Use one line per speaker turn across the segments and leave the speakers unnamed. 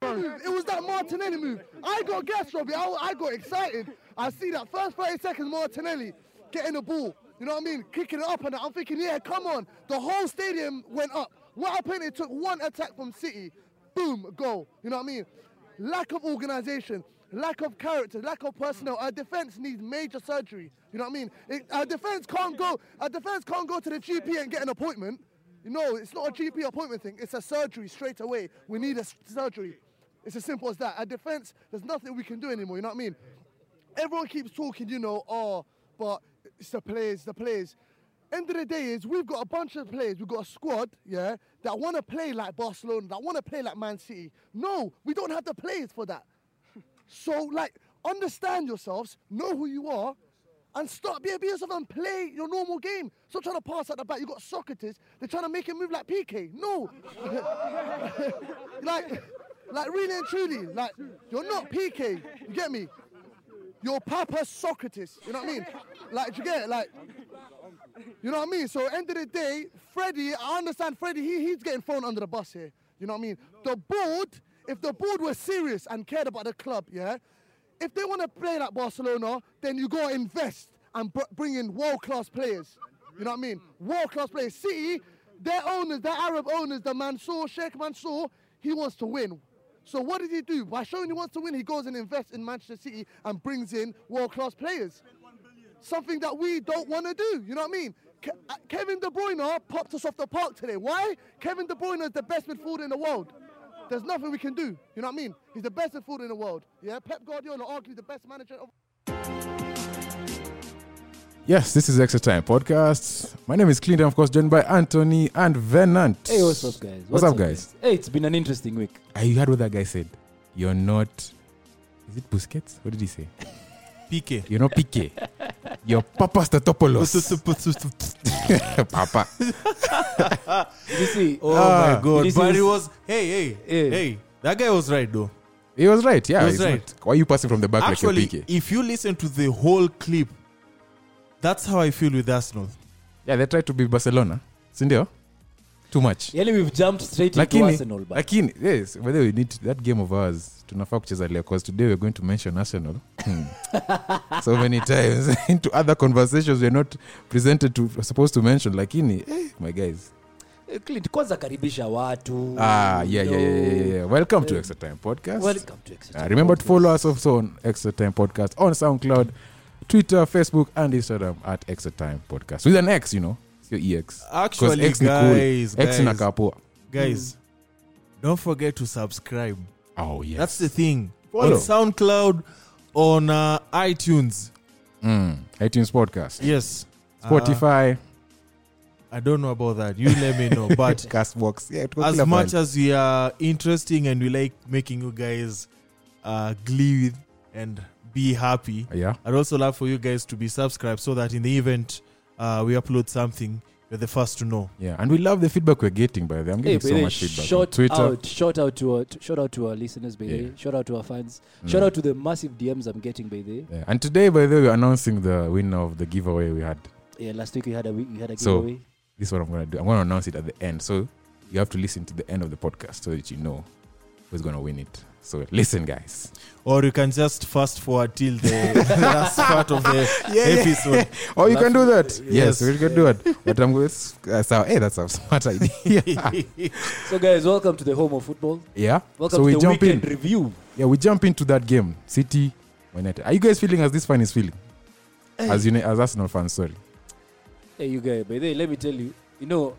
bro. It was that Martinelli move. I got gas, Robbie. I, I got excited. I see that first 30 seconds Martinelli getting the ball. You know what I mean? Kicking it up and I'm thinking, yeah, come on. The whole stadium went up. What happened? It took one attack from City. Boom, goal. You know what I mean? Lack of organisation, lack of character, lack of personnel. Our defence needs major surgery. You know what I mean? It, our defence can't go. Our defence can't go to the GP and get an appointment. You know, it's not a GP appointment thing. It's a surgery straight away. We need a s- surgery. It's as simple as that. Our defence, there's nothing we can do anymore. You know what I mean? Everyone keeps talking, you know, oh, but it's the players, the players. End of the day is we've got a bunch of players, we've got a squad, yeah, that want to play like Barcelona, that want to play like Man City. No, we don't have the players for that. So, like, understand yourselves, know who you are, and stop being yourself and play your normal game. Stop trying to pass at the back. You got Socrates. They're trying to make him move like PK. No, like, like really and truly, like, you're not PK. You get me? You're Papa Socrates. You know what I mean? Like, do you get it? Like, you know what I mean? So end of the day, Freddie, I understand Freddie, he, he's getting thrown under the bus here. You know what I mean? The board, if the board were serious and cared about the club, yeah, if they want to play like Barcelona, then you go invest and br- bring in world-class players. You know what I mean? World-class players. City, their owners, their Arab owners, the Mansour, Sheikh Mansour, he wants to win. So what did he do? By showing he wants to win, he goes and invests in Manchester City and brings in world-class players something that we don't want to do. You know what I mean? Ke- uh, Kevin De Bruyne popped us off the park today. Why? Kevin De Bruyne is the best midfielder in the world. There's nothing we can do. You know what I mean? He's the best midfielder in the world. Yeah, Pep Guardiola, arguably the best manager of
Yes, this is Extra Time Podcast. My name is Clinton, of course, joined by Anthony and Venant.
Hey, what's up, guys?
What's, up, guys?
Hey, it's been an interesting week.
I you heard what that guy said. You're not. Is it Busquets? What did he say?
PK.
You're not PK. You're Papa Statopoulos. Papa.
Did you see? uh,
Oh
Ah.
my god.
This
But
is-
it was hey, hey,
Eh.
hey. That guy was right though.
He was right. Yeah,
He was
he's
right.
not- Why are you passing from the back
Actually,
like you're PK?
if you listen to the whole clip, that's how I feel with Arsenal.
Yeah, they tried to be Barcelona. Sindio? Too much.
Really, we've jumped straight into
lakini
Arsenal. But
lakini yes by the way we need to- that game of ours tunafaa kucheza leo because today we're going to mention arsenal Hmm. so many times into other conversations we're not presented to supposed to mention lakini eh, my guys
Eh, Clint, kwanza karibisha watu.
ah yeah
you
yeah yeah, yeah,
know.
yeah, yeah. welcome to extra time podcast
Welcome to Exeter.
Uh, remember to follow us also on extra time podcast on soundcloud twitter facebook and instagram at extra time podcast with an x you know sio ex because
Actually,
x ni cool
guys,
x
guys,
nakapoa
guys, don't forget to subscribe.
oh yes
That's the thing.
Follow.
On SoundCloud, on uh, iTunes.
mm. itunes podcast
Yes. Uh,
spotify
I don't know about that. You let me know. But
Castbox. Yeah, tuko
as
kila
much
mahali.
as we are interesting and we like making you guys uh, glee with and be happy,
yeah,
I'd also love for you guys to be subscribed so that in the event uh, we upload something, you're the first to know.
yeah, and we love the feedback we're getting. By the way, I'm getting
Hey, by
so
the way,
much feedback on
shout
Twitter.
out, shout out to our, to, shout out to our listeners, by the
Yeah. Mm.
way. Shout out to our fans. Shout out to the massive DMs I'm getting, by the way.
Yeah. And today, by the way, we're announcing the winner of the giveaway we had.
Yeah, last week we had a we we had a
So-
giveaway.
This is what I'm gonna do. I'm gonna announce it at the end, so you have to listen to the end of the podcast so that you know who's gonna win it. So listen, guys.
Or you can just fast forward till the last part of the episode.
Oh, you can do that. Yes,
Yes.
we can do it. But I'm going. That's how. Hey, that's a smart idea.
So, guys, welcome to the home of football.
yeah.
Welcome
so
to
we
the
jump
weekend
in.
review.
Yeah, we jump into that game. City, Man United. Are you guys feeling as this fan is feeling? As you as Arsenal fans, sorry.
Hey, you guys, by the way, let me tell you, you know,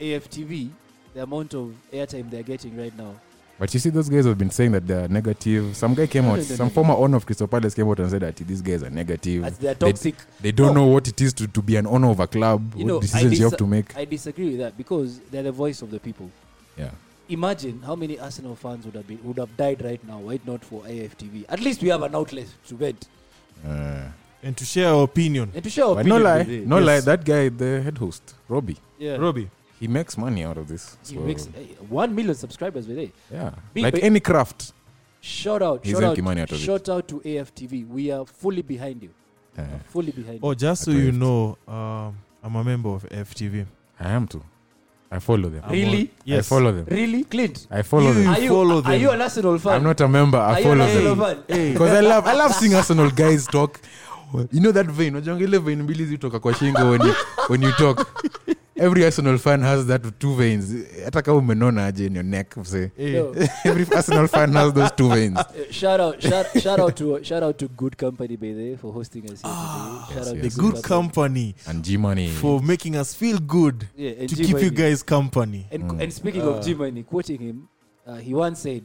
AFTV, the amount of airtime they're getting right now.
But you see, those guys have been saying that they're negative. Some guy came
No,
out,
no, no,
some
no,
former owner of Crystal Palace came out and said that these guys are negative.
As they're
They-
toxic.
Mm. They, don't
No.
know what it is to, to be an owner of a club,
You
what
know, I
decisions you have
disa-
to make.
I disagree with that because they're the voice of the people.
yeah.
Imagine how many Arsenal fans would have been would have died right now, right? Not for AFTV. At least we have an outlet to vent
Uh,
and to share our opinion.
and to share our
but no
opinion
lie,
with it.
no
Yes.
lie, that guy, the head host, Robbie,
yeah.
Robbie,
he makes money out of this. So,
He makes eh, one million subscribers with it.
yeah.
Big
like
ba-
any craft.
Shout out,
He's
shout out,
making money out of it.
shout out to AFTV. We are fully behind you,
Uh,
fully behind.
oh, just so
Correct.
you know, um, I'm a member of FTV.
I am too. I follow them.
Really?
I follow them.
Really, Clint?
I follow them.
Are you,
follow
are
them.
you an Arsenal fan?
I'm not a member.
Are
I
you an
follow
Arsenal
them.
fan?
Because I love, I love seeing Arsenal guys talk. You know that vein. Unajua ile vein mbili zitoka kwa shingo when you, when you talk. Every Arsenal fan has that two veins. Hata kama umenona aje in your neck. Say.
No.
Every Arsenal fan has those two veins.
Uh, shout out, shout, shout out to shout out to Good Company by the way, for hosting us. Ah, shout out
yes,
to
The
The good company
And G Money.
for making us feel good
Yeah, and
to
G
keep you
Money.
guys company.
And, and speaking of G Money, quoting him, uh, he once said,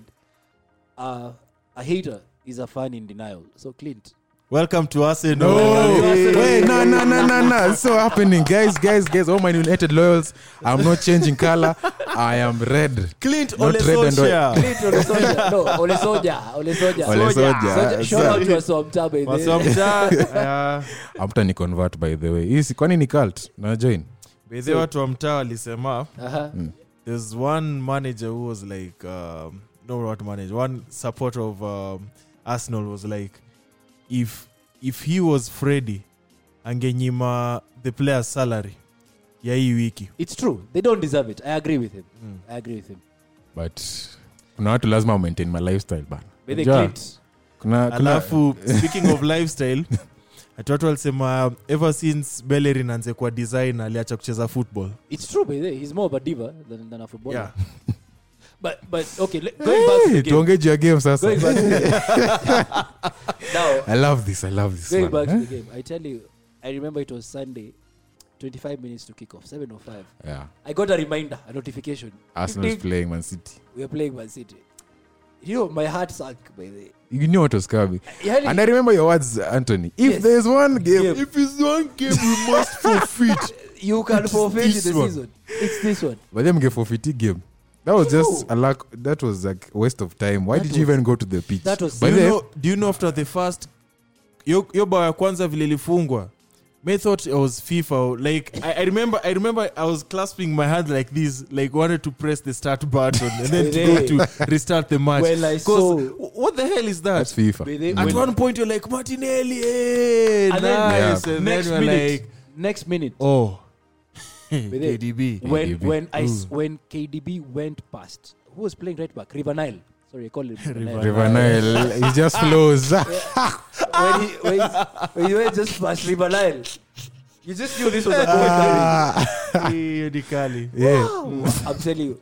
uh, "A hater is a fan in denial." So Clint,
Welcome to us.
No, wait, no, no, no, no, no. It's so happening, guys, guys, guys. All my United loyals, I'm not changing color. I am red.
Clint
Not red and
Olesocia.
Clint Ole Soja, no Ole Soja, Ole Soja,
Ole Soja.
Soja. Shout out to Aswamta by
What's
the
up,
way.
Jack? Yeah.
After ni convert, by the way. Hii si- Kwani ni cult? Na join.
Bethe watu wa mtaa walisema
Uh-huh.
there's one manager who was like um, no not manager one supporter of um, arsenal was like if if he was freddy angenyima the player's salary ya hii wiki
It's true. They don't deserve it. I agree with him. I agree with him.
but kuna watu lazima wa maintain my lifestyle bana
By the
Unajua,
Clint,
kuna, kuna,
alafu speaking of lifestyle ati watu walisema ever since bellerin anze kuwa design aliacha kucheza football
it's true. By the way, he's more of a diva than, than a footballer.
yeah.
But but okay, let, going back to the
Hey,
game.
tuonge juu ya game
Going
sasa
back to the game. now,
i love this i love this
going
man.
back to the
Eh?
game. I tell you, I remember it was Sunday, 25 minutes to kick off, 7:05.
Eh? yeah
I got a reminder, a notification.
arsenal is
Ding, ding.
playing man city
We are playing Man City. You know, my heart sank by the.
you knew what was coming
Yani,
and i remember your words anthony if
Yes.
there's one game
Game.
if it's one game we must forfeit
you can
it's
forfeit
this
the
one.
season. It's this one.
but then mngeforfeit hii game that was just
No.
a lack that was like waste of time why
That
did you
was-
even go to the pitch
that was-
By
do,
the-
you know, do you know after the first yo, yo bao ya kwanza vile ilifungwa me thought it was fifa like I, I remember i remember i was clasping my hand like this like wanted to press the start button and then to go to restart the match
Well, I
'Cause
saw-
wh- what the hell is that
that's fifa
By the-
Mm.
at
when-
one point you're like martinelli eh,
And
nice
then-
Yeah.
and
next
then you're
minute.
like
next minute.
oh
Within-
KDB.
when
KDB.
when I s- when KDB went past, who was playing right back? River Nile. Sorry, I call it River Nile.
River Nile, it just flows
when he when, he- when he went just past River Nile, you just knew this was a goal.
Ah.
coming.
Eh, Odikali.
yeah
I'm telling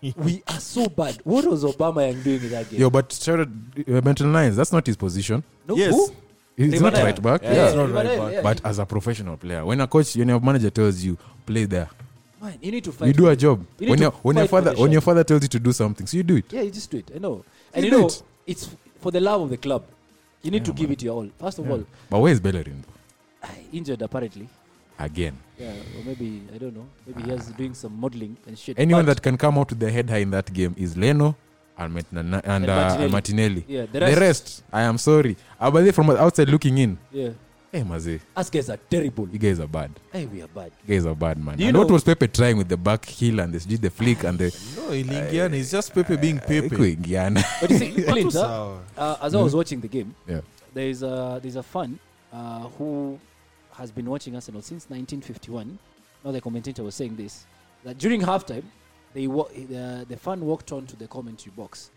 you, we are so bad. What was Obama Yang doing in that game?
Yo, but shout out uh, mental lines. That's not his position.
no,
Yes.
who?
He's
River
not
Nile.
right back.
Yeah,
Yeah.
he's not right
River Nile,
back.
yeah.
But as a professional player, when a coach, when your manager tells you play there,
man, you need to fight.
you do a job.
You need
when
to
your when your
fight for
father
the
when your
shot.
father tells you to do something, so you do it.
Yeah, you just do it. I know. And
You
you,
do
know,
it.
it's for the love of the club. You need to give it your all. First of all,
But where is Bellerin though?
I injured apparently.
again?
Yeah, or maybe I don't know. Maybe he has doing some modeling and shit.
Anyone
But-
that can come out with their head high in that game is Leno and Met- and, uh, and Martinelli.
Martinelli. yeah, the
The,
rest,
rest, I am sorry. Uh, but they from outside looking in.
yeah.
Hey, Maze,
Us guys are terrible.
you guys are bad.
Hey, we are bad.
You guys are bad, man.
Do you
and what
know-
was Pepe trying with the back heel and the, the flick and the
no iliingiana it's just pepe being pepe
kuingiana?
But you see, Clint, huh?
Sawa.
uh, as I was watching the game,
Yeah.
there's a there's a fan uh, who has been watching Arsenal since 1951. Now the commentator was saying this that during halftime, they wa- the, the fan walked on to the commentary box,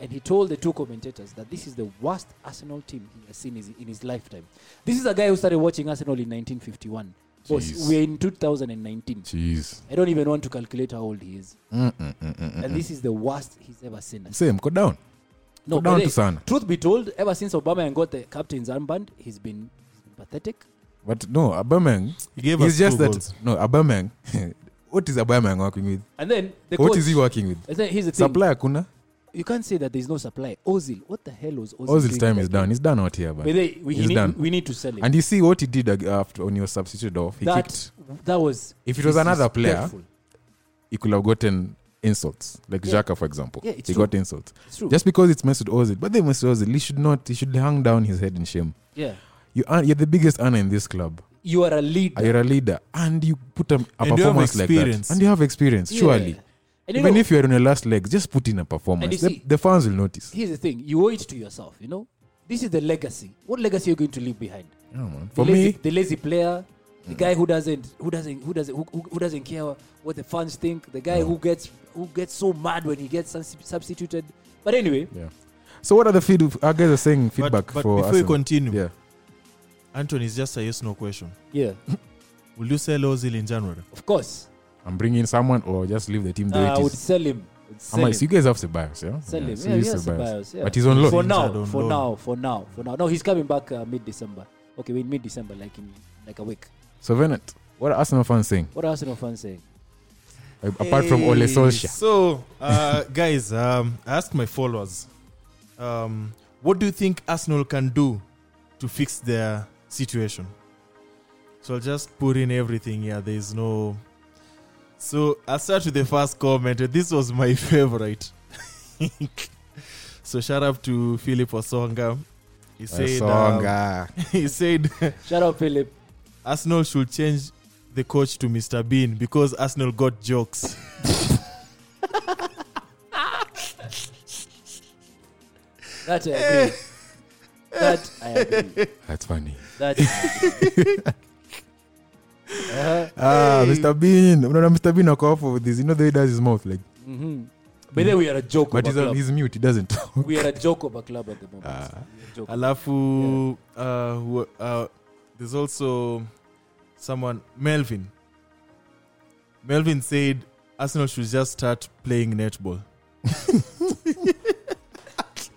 and he told the two commentators that this is the worst Arsenal team he has seen his, in his lifetime. This is a guy who started watching Arsenal in 1951. Boss,
Jeez.
we're in 2019.
Jeez.
I don't even want to calculate how old he is,
Mm, mm, mm, mm, mm,
and this is the worst he's ever seen.
mm. Same, go down.
No,
go down
but
to
hey,
sana.
truth be told, ever since Obama and got the captain's armband, he's been, he's been pathetic.
But no, Abamang.
He gave
It's
us
just
two
that
goals.
no Abamang. what is Abamang working with?
And then the
what
coach,
is he working with?
and then here's the thing.
Supply kuna.
You can't say that there's no supply. Ozil, what the hell was Ozil?
Ozil's
doing
time
that
is
game?
done. He's done out here,
But
but
they, we,
He's
need,
done.
we need to sell it.
and you see what he did ag- after on your substitute off. He
that
kicked.
that was.
If it was another player,
disrespectful.
he could have gotten insults, like
Yeah.
Xhaka, for example.
Yeah, it's
he
true.
got insults
it's true.
just because it's Mesut Ozil. But then Mesut Ozil, he should not. He should hang down his head in shame.
yeah,
You are, you're the biggest earner in this club.
you are a leader.
You're a leader, and you put a, a
And you have
performance like that,
experience.
and you have experience.
Yeah.
Surely,
And you
even
know,
if you're on your last legs, just put in a performance.
you
The,
see-
the fans will notice.
here's the thing, you owe it to yourself. You know, this is the legacy. What legacy are you going to leave behind?
Yeah, man. For
the lazy,
me,
the lazy player, the guy who doesn't who doesn't who doesn't who, who, who doesn't care what the fans think the guy who gets who gets so mad when he gets subs- substituted but anyway
Yeah. So what are the feed? Our guys are saying feedback
but, but
for
before you
Arsenal.
continue,
Yeah.
Anthony, it's just a yes no question.
yeah
Will you sell Ozil in January?
of course
I'm bringing someone or just leave the team the
uh,
way
i
it
would
is.
sell him Would
I'm
sell
like,
him.
so you guys have Ceballos, yeah?
Sell him.
so
Yeah,
use
yeah,
Ceballos.
Ceballos, yeah.
But he's on loan.
for
Injured
now
on
for
loan.
now for now for now no he's coming back uh, mid-december okay in mid-december like in like a week
So Venet, what are Arsenal fans saying?
what are arsenal fans saying
A- Apart from Ole Solskjaer.
So, uh, guys, um, I asked my followers, um, what do you think Arsenal can do to fix their situation? So I'll just put in everything here. There's no. So I'll start with the first comment. This was my favorite. so shout out to Philip Osonga. He said, um,
Songa.
he said
shout out philip
Arsenal should change the coach to Mr. Bean because Arsenal got jokes.
that i agree that i agree
That's funny.
that I agree. uh-huh.
Ah, Mr. Bean. No, no, Mr. Bean, I'll for this. You know the way he does his mouth. like.
Mm-hmm. But then we are a joke
But
of a
he's, on,
club.
he's mute. He doesn't talk.
We are a joke of a club at the moment.
Ah.
We are a joke.
Alafu, uh, who- uh, there's also someone, Melvin. Melvin said Arsenal should just start playing netball.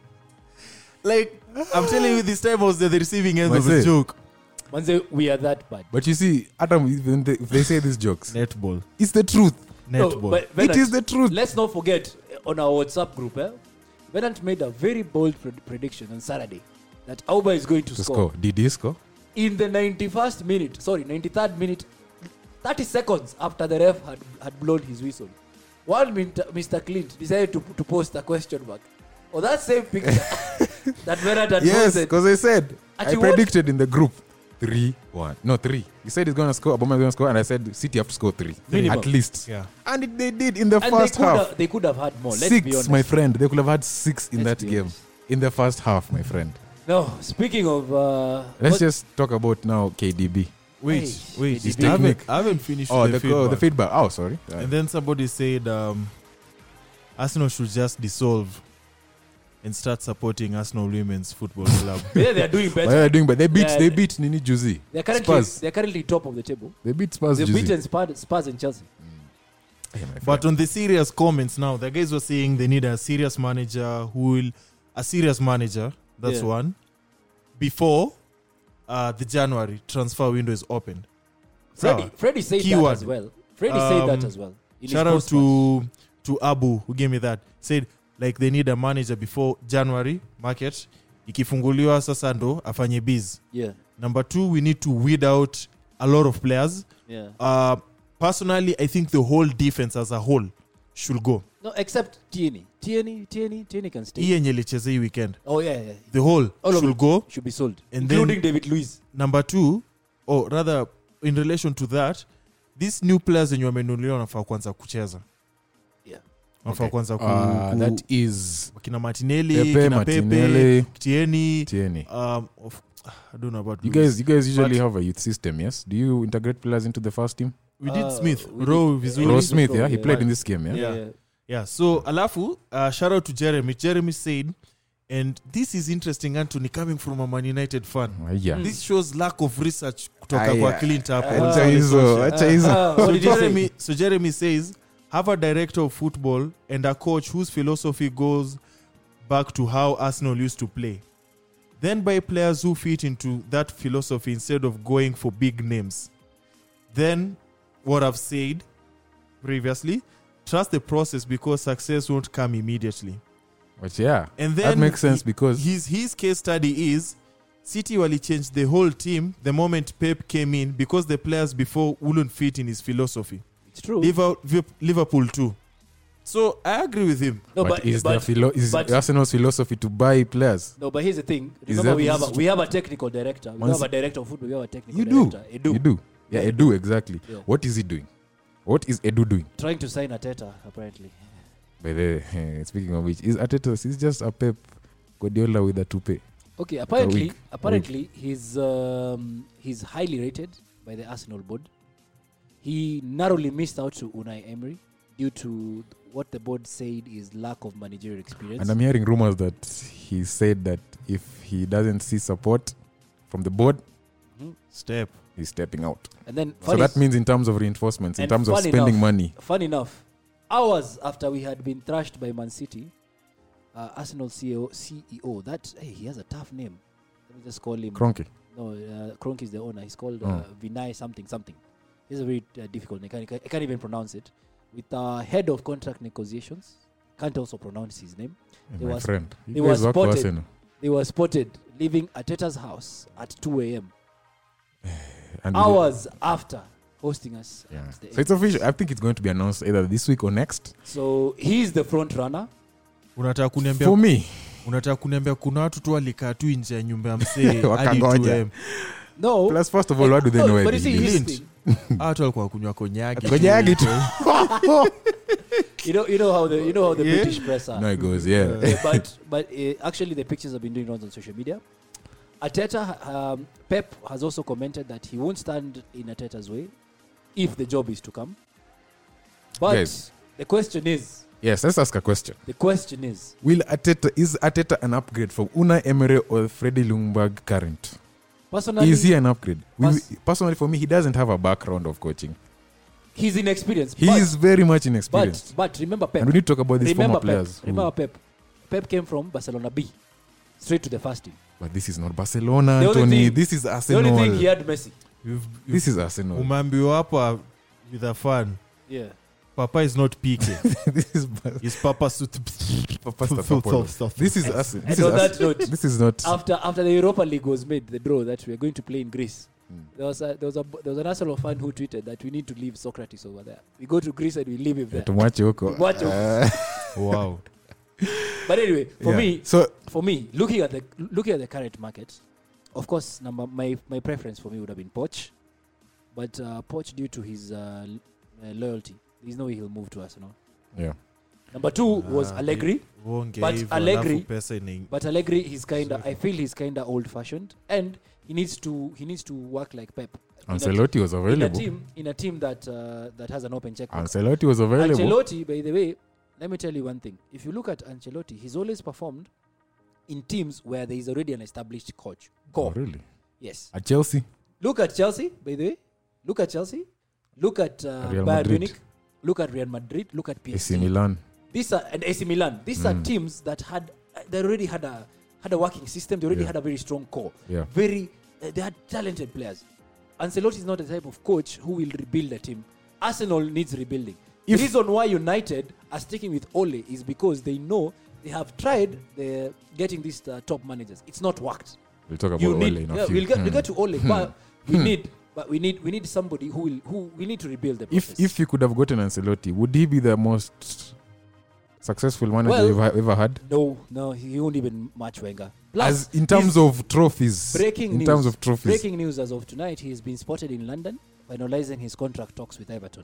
like, I'm telling you, this time I was at the receiving end of
Manze.
a joke.
Manze, we are that bad.
But you see, Adam, even they, if they say these jokes,
Netball.
it's the truth.
No,
Netball.
but
It
Venant,
is the truth.
Let's not forget eh, on our WhatsApp group, eh? Venant made a very bold pred- prediction on Saturday that Auba is going to,
To
score.
score. Did he score?
in the 91st minute. Sorry, 93rd minute. 30 seconds after the ref had, had blown his whistle, one min- Mr. Clint decided to, to post a question mark. Or that same picture that Venant had
Yes,
posted.
because I said
At
I
what?
predicted in the group three one. No three. You said he's gonna score. Obama is gonna score, and I said City have to score three
Minimum.
at least.
yeah.
And it, they did in the
And
first
they could,
half.
have, they could have had more. Let's be
six,
honest.
my friend. They could have had six in
Let's
that
be
game
honest.
in the first half, my friend.
No, speaking of, uh,
Let's
what-
just talk about now KDB.
Wait,
Hey,
wait.
His
I, haven't,
technique.
I haven't finished
Oh,
the,
the oh, the
feedback.
feedback. Oh, sorry.
And then somebody said um, Arsenal should just dissolve and start supporting Arsenal Women's Football Club.
yeah, they are doing
what
better.
are they doing? But they beat.
Yeah,
they
they-
beat Nini Juzi.
They are currently
Spurs.
they are currently top of the table.
They beat Spurs.
They've
Juzi.
beaten Spurs, Spurs and Chelsea.
Hey, my
but
friend.
on the serious comments now, the guys were saying they need a serious manager who will a serious manager. That's
Yeah.
one. Before uh, the January transfer window is opened.
Freddy,
Sawa.
Freddy said that
Keyword.
as well. Freddy said that
Um,
as well. in his
Shout out
post match.
to to Abu who gave me that. Said like they need a manager before January market. Ikifunguliwa sasa ndo afanye biz.
yeah,
Number two, we need to weed out a lot of players.
yeah.
Uh, personally, I think the whole defense as a whole should go.
No, except Tierney. Tierney, Tierney, Tierney can stay.
Hii yenye ilicheza hii weekend,
Oh yeah, yeah.
the whole
All of
should
it.
go.
Should be sold,
And then-
including David Luiz.
Number two, or rather, in relation to that, these new players wenye wamenunuliwa wanafaa kwanza kucheza,
Yeah.
wanafaa
Okay.
kwanza ku,
Uh,
ku,
that is
kina Martinelli,
Pepe,
kina
Martinelli.
Pepe, Tieni.
Tierney.
Um, of, I don't know about
You
Luiz.
guys, you guys usually have a youth system, yes? Do you integrate players into the first team?
we did
Uh,
Smith,
we
Rowe,
did-
Vizuri.
Yeah,
Ross
he's
Smith,
also-
yeah, he
yeah.
played in this game, yeah.
Yeah. Yeah, so alafu uh, shout out to Jeremy. Jeremy said, and this is interesting, Anthony, coming from a Man United fan.
Ah, yeah.
This shows lack of research kutoka
Aya.
kwa Clint hapo.
Acha
Sorry,
hizo,
sorry.
acha hizo.
Uh, what
So
did he say?
Jeremy, so Jeremy says, have a director of football and a coach whose philosophy goes back to how Arsenal used to play. Then buy players who fit into that philosophy instead of going for big names. Then, what I've said previously, trust the process because success won't come immediately.
But yeah,
And then
that makes sense
he-
because
his his case study is City wali changed the whole team the moment Pep came in because the players before wouldn't fit in his philosophy.
It's true.
Liver- Vip- Liverpool too. So I agree with him.
no,
but,
but,
is
but,
the philo- is
but-
Arsenal's philosophy to buy players?
no, but here's the thing.
Is
Remember,
that-
we have a, we have a technical director. We
Once-
have a director of football. We have a technical
You do.
director. Edu.
You do. Yeah, Edu exactly.
Yeah.
What is he doing? What is Edu doing?
Trying to sign Ateta apparently.
By the speaking of which, is Ateta is just a Pep Guardiola with a toupee.
Okay, apparently,
week.
apparently he's um, he's highly rated by the Arsenal board. He narrowly missed out to Unai Emery due to what the board said is lack of managerial experience.
And I'm hearing rumors that he said that if he doesn't see support from the board,
Step.
he's stepping out.
And then,
So
funny,
that means in terms of reinforcements, in
And
terms of
funny
spending
enough-
money.
funny enough, hours after we had been thrashed by Man City, uh, Arsenal CEO, CEO E that hey, he has a tough name. Let me just call him.
Cronky.
No, uh, Kronk is the owner. He's called uh,
Mm.
Vinay something something. He's a very uh, difficult name. I can't, I can't even pronounce it. With uh, head of contract negotiations, can't also pronounce his name. They
My
were-
friend.
they
He
were
was work for
spotted.
Arsenal.
They were spotted leaving Ateta's house at 2 a.m.
And we-
hours after hosting us.
Yeah.
at the
So it's official. I think it's going to be announced either this week or next.
So he's the front runner.
unataka kuniambia
For me,
unataka kuniambia kuna watu tu walikaa tu nje ya nyumba ya msee hadi
Wakangoja.
2am.
No,
plus first of all, what do they
no,
know? where
But
they
you see,
live?
here's the
Lynch.
thing.
Hawa watu walikuwa kunywa konyagi Eh,
Konyagi tu.
you know, you know how the you know how the
Yeah.
British press are.
no, it goes, yeah.
Yeah, but but uh, actually, the pictures have been doing rounds on social media. Ateta, um, Pep has also commented that he won't stand in Ateta's way if the job is to come. But
Yes.
the question is,
Yes, let's ask a question.
the question is,
Will Ateta is Ateta an upgrade from Una Emery or Freddy Lundberg current?
personally,
is he an upgrade? Will-
Pers-
personally, for me, he doesn't have a background of coaching.
he's inexperienced.
He
but,
is very much
but
inexperienced,
but remember Pep.
and we need to talk about these former
remember Pep.
players. Mm. who-
Remember Pep. Pep came from Barcelona B, straight to the first team.
but this is not Barcelona,
The only
Anthony.
thing-
this is
The
Arsenal.
only thing he had Messi.
this is Arsenal.
umeambiwa hapo ah, with a fan
Yeah.
papa is not pike
this is Bar-
is papa sut
Papadopoulos. This is us. This
and
is
on
us.
that note,
This is not.
after after the Europa League was made, the draw that we are going to play in Greece,
Mm.
there was a, there was a there was an Arsenal fan who tweeted that we need to leave Socrates over there. We go to Greece and we leave him there.
Tumwache huko.
Tumwache huko.
Eh,
wow
But anyway, for
yeah.
me,
So
for me, looking at the looking at the current market, of course, number my my preference for me would have been Poch, but uh, Poch due to his uh, l- uh, loyalty, there's no way he'll move to Arsenal.
yeah.
Number two was
Ah,
Allegri.
Wonge
But
hivyo,
Allegri-
alafu pesa inaingia
But Allegri, he's kinda. I feel he's kinda old-fashioned, and he needs to he needs to work like Pep. In a-
Ancelotti was
in a
available.
team in a team that uh, that has an open
Ah,
checkbook.
Ancelotti was available.
Ancelotti, by the way, let me tell you one thing. If you look at Ancelotti, he's always performed in teams where there is already an established coach.
Oh,
Core.
really?
Yes.
At Chelsea.
Look at Chelsea, by the way. Look at Chelsea. Look at uh,
Real
Bayern
Madrid.
Munich. Look at Real Madrid. Look at
AC
PSG.
Milan.
These are and AC Milan. These
Mm.
are teams that had they already had a had a working system. They already
Yeah.
had a very strong core.
Yeah.
Very uh, they had talented players. Ancelotti is not the type of coach who will rebuild a team. Arsenal needs rebuilding.
If-
the reason why United are sticking with Ole is because they know they have tried the, getting these uh, top managers. It's not worked.
We'll talk about
You
Ole
need,
in a
yeah,
few.
we'll get we'll
Hmm.
get to Ole, but we need but we need we need somebody who will who we need to rebuild the
if
process.
if you could have gotten Ancelotti, would he be the most successful manager
Well,
you've ha- ever had?
no no he won't even match Wenger.
As in terms
he's-
of trophies.
Breaking
in
news.
terms of trophies.
Breaking news as of tonight, he has been spotted in London, finalizing his contract talks with Everton.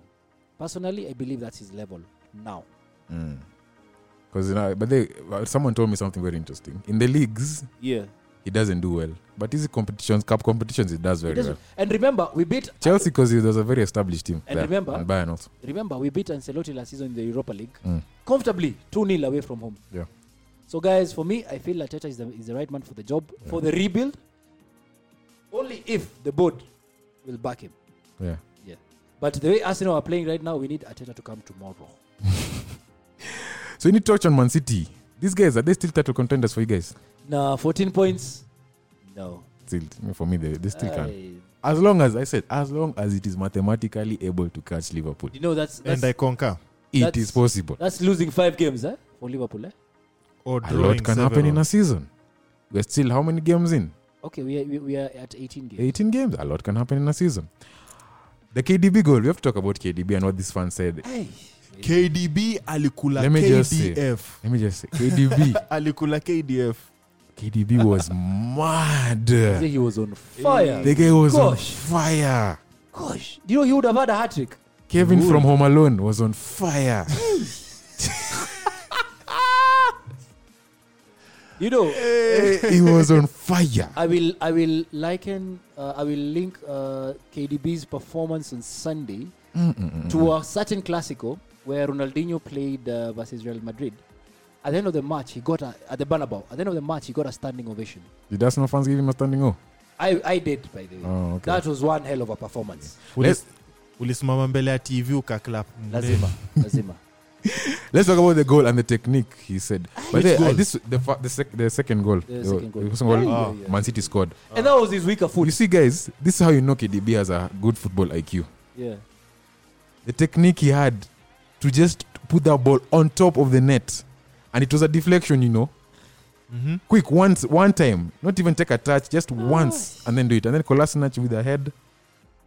Personally, I believe that's his level now.
Because you know, but they well, someone told me something very interesting. In the leagues,
Yeah.
he doesn't do well, but his competitions, cup competitions, he does very well.
And remember, we beat
Chelsea because there's a very established team.
And
there,
remember-
and Bayern also.
Remember, we beat Ancelotti last season in the Europa League
Mm.
comfortably, two 0 away from home.
Yeah.
So, guys, for me, I feel Lateta is the, is the right man for the job for the rebuild. Only if the board will back him.
Yeah.
Yeah. But the way Arsenal are playing right now, we need Ateta to come tomorrow.
So you need to touch on Man City. These guys are they still title contenders for you guys?
Nah, 14 points. No.
Still, for me, they, they still can.
Aye.
As long as I said, as long as it is mathematically able to catch Liverpool,
You know that's that's,
and i conquer
it
that's-
is possible.
that's losing five games, eh? For Liverpool, eh?
or
A lot
Oh, drawing
can happen in
several.
a season. We're still how many games in?
Okay, we are, we, we are at 18 games.
18 games. A lot can happen in a season. The KDB goal. We have to talk about KDB and what this fan said.
Aye.
kdb alikula
Let me just say-
kdf
Let me just say, KDB.
alikula kdf
KDB was mad.
Say
The
He was on fire.
guy was
Gosh.
on fire.
Gosh, you know he would have had a hat trick.
Kevin from Home Alone was on fire.
You know,
he was on fire.
I will I will liken uh, I will link uh, KDB's performance on Sunday to a certain Clasico where Ronaldinho played uh, versus Real Madrid. At the end of the match, he got a, at the Bernabeu. At the end of the match, he got a standing ovation.
Did Arsenal fans give him a standing O?
I, I did by the way.
Oh, okay.
That was one hell of a performance.
Ulis- ulisimama mbele ya tv ukaklap
Lazima, lazima.
Let's talk about the goal and the technique. He said, but
Which
the,
goal?
this the fa- the, sec- the second goal,
The second goal.
goal
Yeah, yeah.
Man City scored.
And that was his weaker
You
foot.
see, guys, this is how you know KDB has a good football IQ.
Yeah.
Oh, The technique he had to just put that ball on top of the net, and it was a deflection, you know,
mm-hmm.
quick once, one time, not even take a touch, just once, and then do it, and then Kolasinac with a head,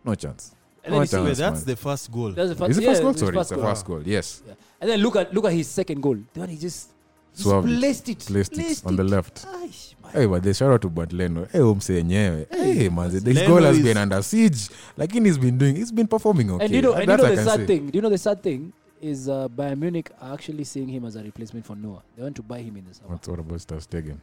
no chance.
And then you see,
That's
that's
mad.
the first goal
that's the first,
Is it
yeah,
first goal?
it's
Sorry,
first
it's a
goal.
first goal. Yes,
Yeah. And then look at look at his second goal. The one he just, just
Swerved it.
placed it,
placed it on the left.
Aish, man.
Hey, but they shout out to Bantleno. Hey, umse yenyewe. Hey, man, this
Leno
goal has
is-
been under siege. Like, he's been doing, he's been performing okay.
And you know,
That-
and you know
that I
the
can
sad
say.
thing. Do you know the sad thing is uh, Bayern Munich are actually seeing him as a replacement for Noah. They want to buy him in the summer.
What, what about Ter Stegen?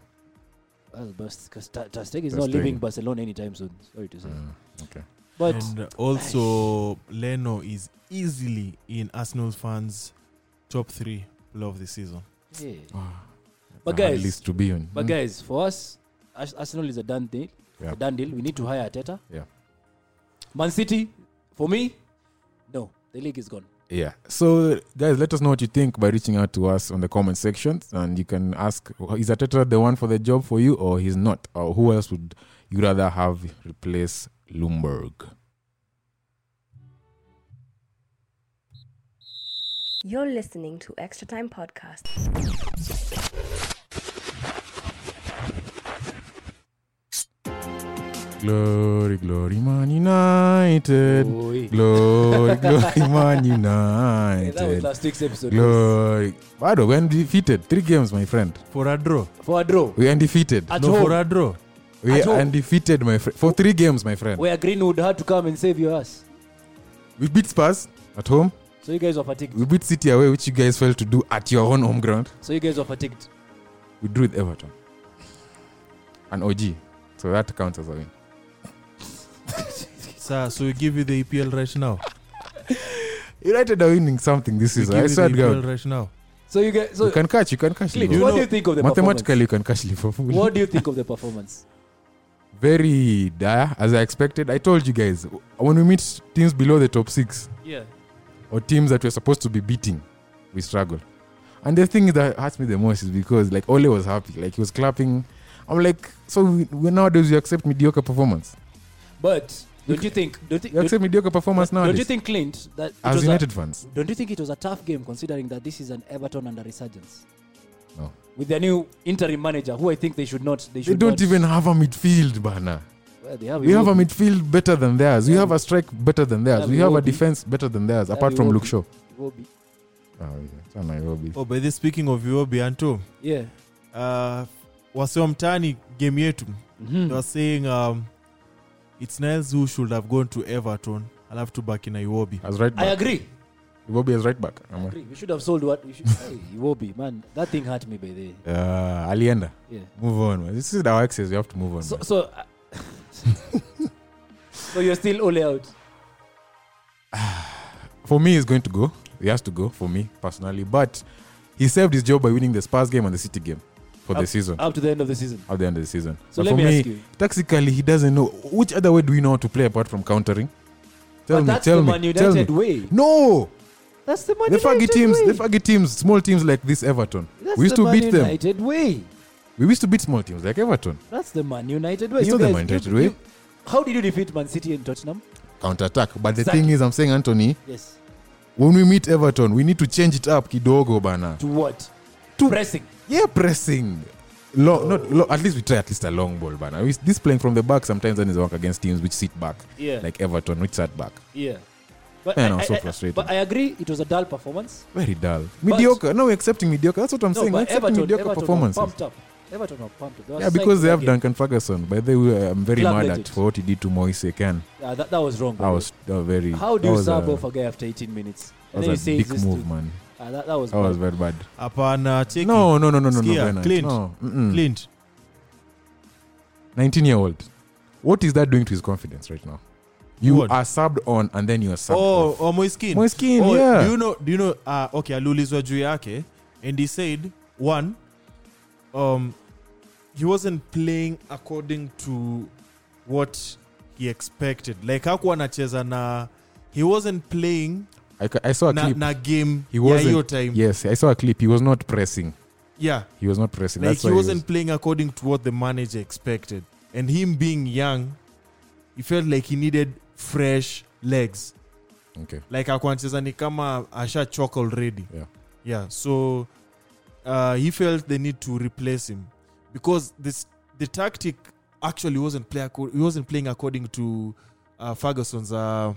Because Ter Ter Stegen is
Ter
not leaving
Stegen.
Barcelona anytime soon. Sorry to say,
Mm, okay.
but
and also leno is easily in arsenal fans top three love this season
yeah.
Ah,
but
it's a hard
guys,
list to be on.
but
Mm.
guys, for us, Ars- Arsenal is a done deal.
Yeah.
A done deal. We need to hire Ateta.
Yeah.
Man City, for me, no, the league is gone.
Hmm? Yeah. So, guys, let us know what you think by reaching out to us on the comment sections. And you can ask, is Ateta the one for the job for you or he's not? Or who else would you rather have replace Lumberg?
You're listening to Extra Time Podcast.
Glory, glory, Man United.
Oi.
Glory, glory, Man
Yeah, that was
United.
last week's episode.
Glory. Bado, we're undefeated. Three games, my friend.
for a draw
For a draw.
We're undefeated.
At
no
home.
for a draw
We
at
are
home.
undefeated, my friend. For three games, my friend.
where Greenwood had to come and save your ass.
We beat Spurs at home.
So you guys were fatigued.
We beat City away, which you guys failed to do at your own home ground.
So you guys were fatigued.
We drew with Everton. And OG. So that counts as a win.
sir so we give you the epl right now
United are winning something this
we
season. I
give you
swear
the
to God.
epl right now
So you guys. So
you can catch, you can catch
Clint,
Liverpool.
what do you think of the
Mathematically, you can catch Liverpool.
performance? What do you think of the performance?
Very dire, as I expected. I told you guys, when we meet teams below the top six,
Yeah.
or teams that we're supposed to be beating, we struggle. And the thing that hurts me the most is because like Ole was happy, like he was clapping. I'm like, so we, we nowadays you accept mediocre performance.
But don't you think? Don't, you-
You accept
don't,
mediocre performance
don't
nowadays
you think, Clint, that it
as
was a,
United fans.
don't you think it was a tough game considering that this is an Everton under resurgence?
No.
With their new interim manager, who I think they should not. They
They
should
don't
not-
even have a midfield, Bana.
Well, they have.
We have a
Iwobi.
midfield better than theirs. We
Yeah.
have a strike better than theirs.
Yeah,
We
we
have
will
a
be.
defense better than theirs,
Yeah,
apart
we
from
will
Luke
be.
Shaw.
Iwobi.
Oh, yeah. Sana Nairobi.
oh by the speaking of uobi anto
Yeah.
uh, wasi wa mtaani game yetu
Hmm. Mm-hmm.
they were saying um, it's niles who should have gone to everton alafu tubaki na uobi
As right
I
back.
agree.
Iwobi as right back.
I agree. We should have sold what. We should, hey, Iwobi, man, that thing hurt me by the.
Uh, Alienda.
Yeah.
Move on, man. This is our access. We have to move on.
So,
man.
so, uh, so you're still all out.
for me, he's going to go. He has to go for me personally. But he saved his job by winning the Spurs game and the City game for the season.
up to the end of the season.
at the end of the season.
Uh, So
But
let
for
me,
me,
ask you.
tactically, he doesn't know which other way do we know how to play apart from countering. Tell
but
me,
that's
tell
the
me,
Man
tell
United
me.
way.
No,
That's the Man
the
United
faggy teams,
way.
the faggy teams, small teams like this Everton.
That's
we used to
the Man
beat them.
United way.
We used to beat small teams like Everton.
That's the Man United way.
It's
You
not the
guys-
Man United
you-
way.
you- How did you defeat Man City and Tottenham?
Counter attack. But the
Exactly.
thing is, I'm saying, Anthony,
Yes.
when we meet Everton, we need to change it up, kidogo bana.
To what?
To-
pressing.
Yeah, pressing. Long, not lo At least we try at least a long ball, but now this playing from the back sometimes then is work against teams which sit back,
Yeah.
like Everton, which sat back.
yeah. But
Man, I was so frustrated.
But I agree, it was a dull performance.
Very dull, mediocre. No, we're accepting mediocre. That's what I'm
No,
saying. We're
but
accepting
Everton,
mediocre
Everton were
performances.
pumped up. Everton were pumped up. They were
Yeah, because they
psyched that
have
game.
Duncan Ferguson. By the way, I'm very
Club
mad
legend.
at for what he did to Moise Kean.
Yeah, that, that was wrong. by
That
the
was that was very.
way. How do
that
you
was
sub
a,
off a guy after 18 minutes?
That
you
was a
say
big
this
move,
to-
man.
Uh, that, that was,
That was
bad.
very bad.
hapana cheki
No, no, no, no, no, no.
Skia,
Bernard.
Clint.
No. mm-mm.
clint
19 year old. What is that doing to his confidence right now? You
What?
are subbed on and then you are subbed
oh,
off.
oh moiskin
Moiskin,
oh,
yeah.
do you know, do you know uh, okay aliulizwa juu yake and he said one um, he wasn't playing according to what he expected like hakuwa anacheza na he wasn't playing
I, ca- I saw a
na,
clip.
na game
he
ya hiyo
wasn't.
time
yes, I saw a clip. He was not pressing.
yeah
He was not pressing.
like
That's
he
why
wasn't playing according to what the manager expected and him being young he felt like he needed fresh legs
He was, okay.
like akwanacheza ni kama ashachoka already
Yeah.
yeah so uh, he felt they need to replace him because this the tactic actually wasn't play acco- he wasn't playing according to uh, ferguson's uh,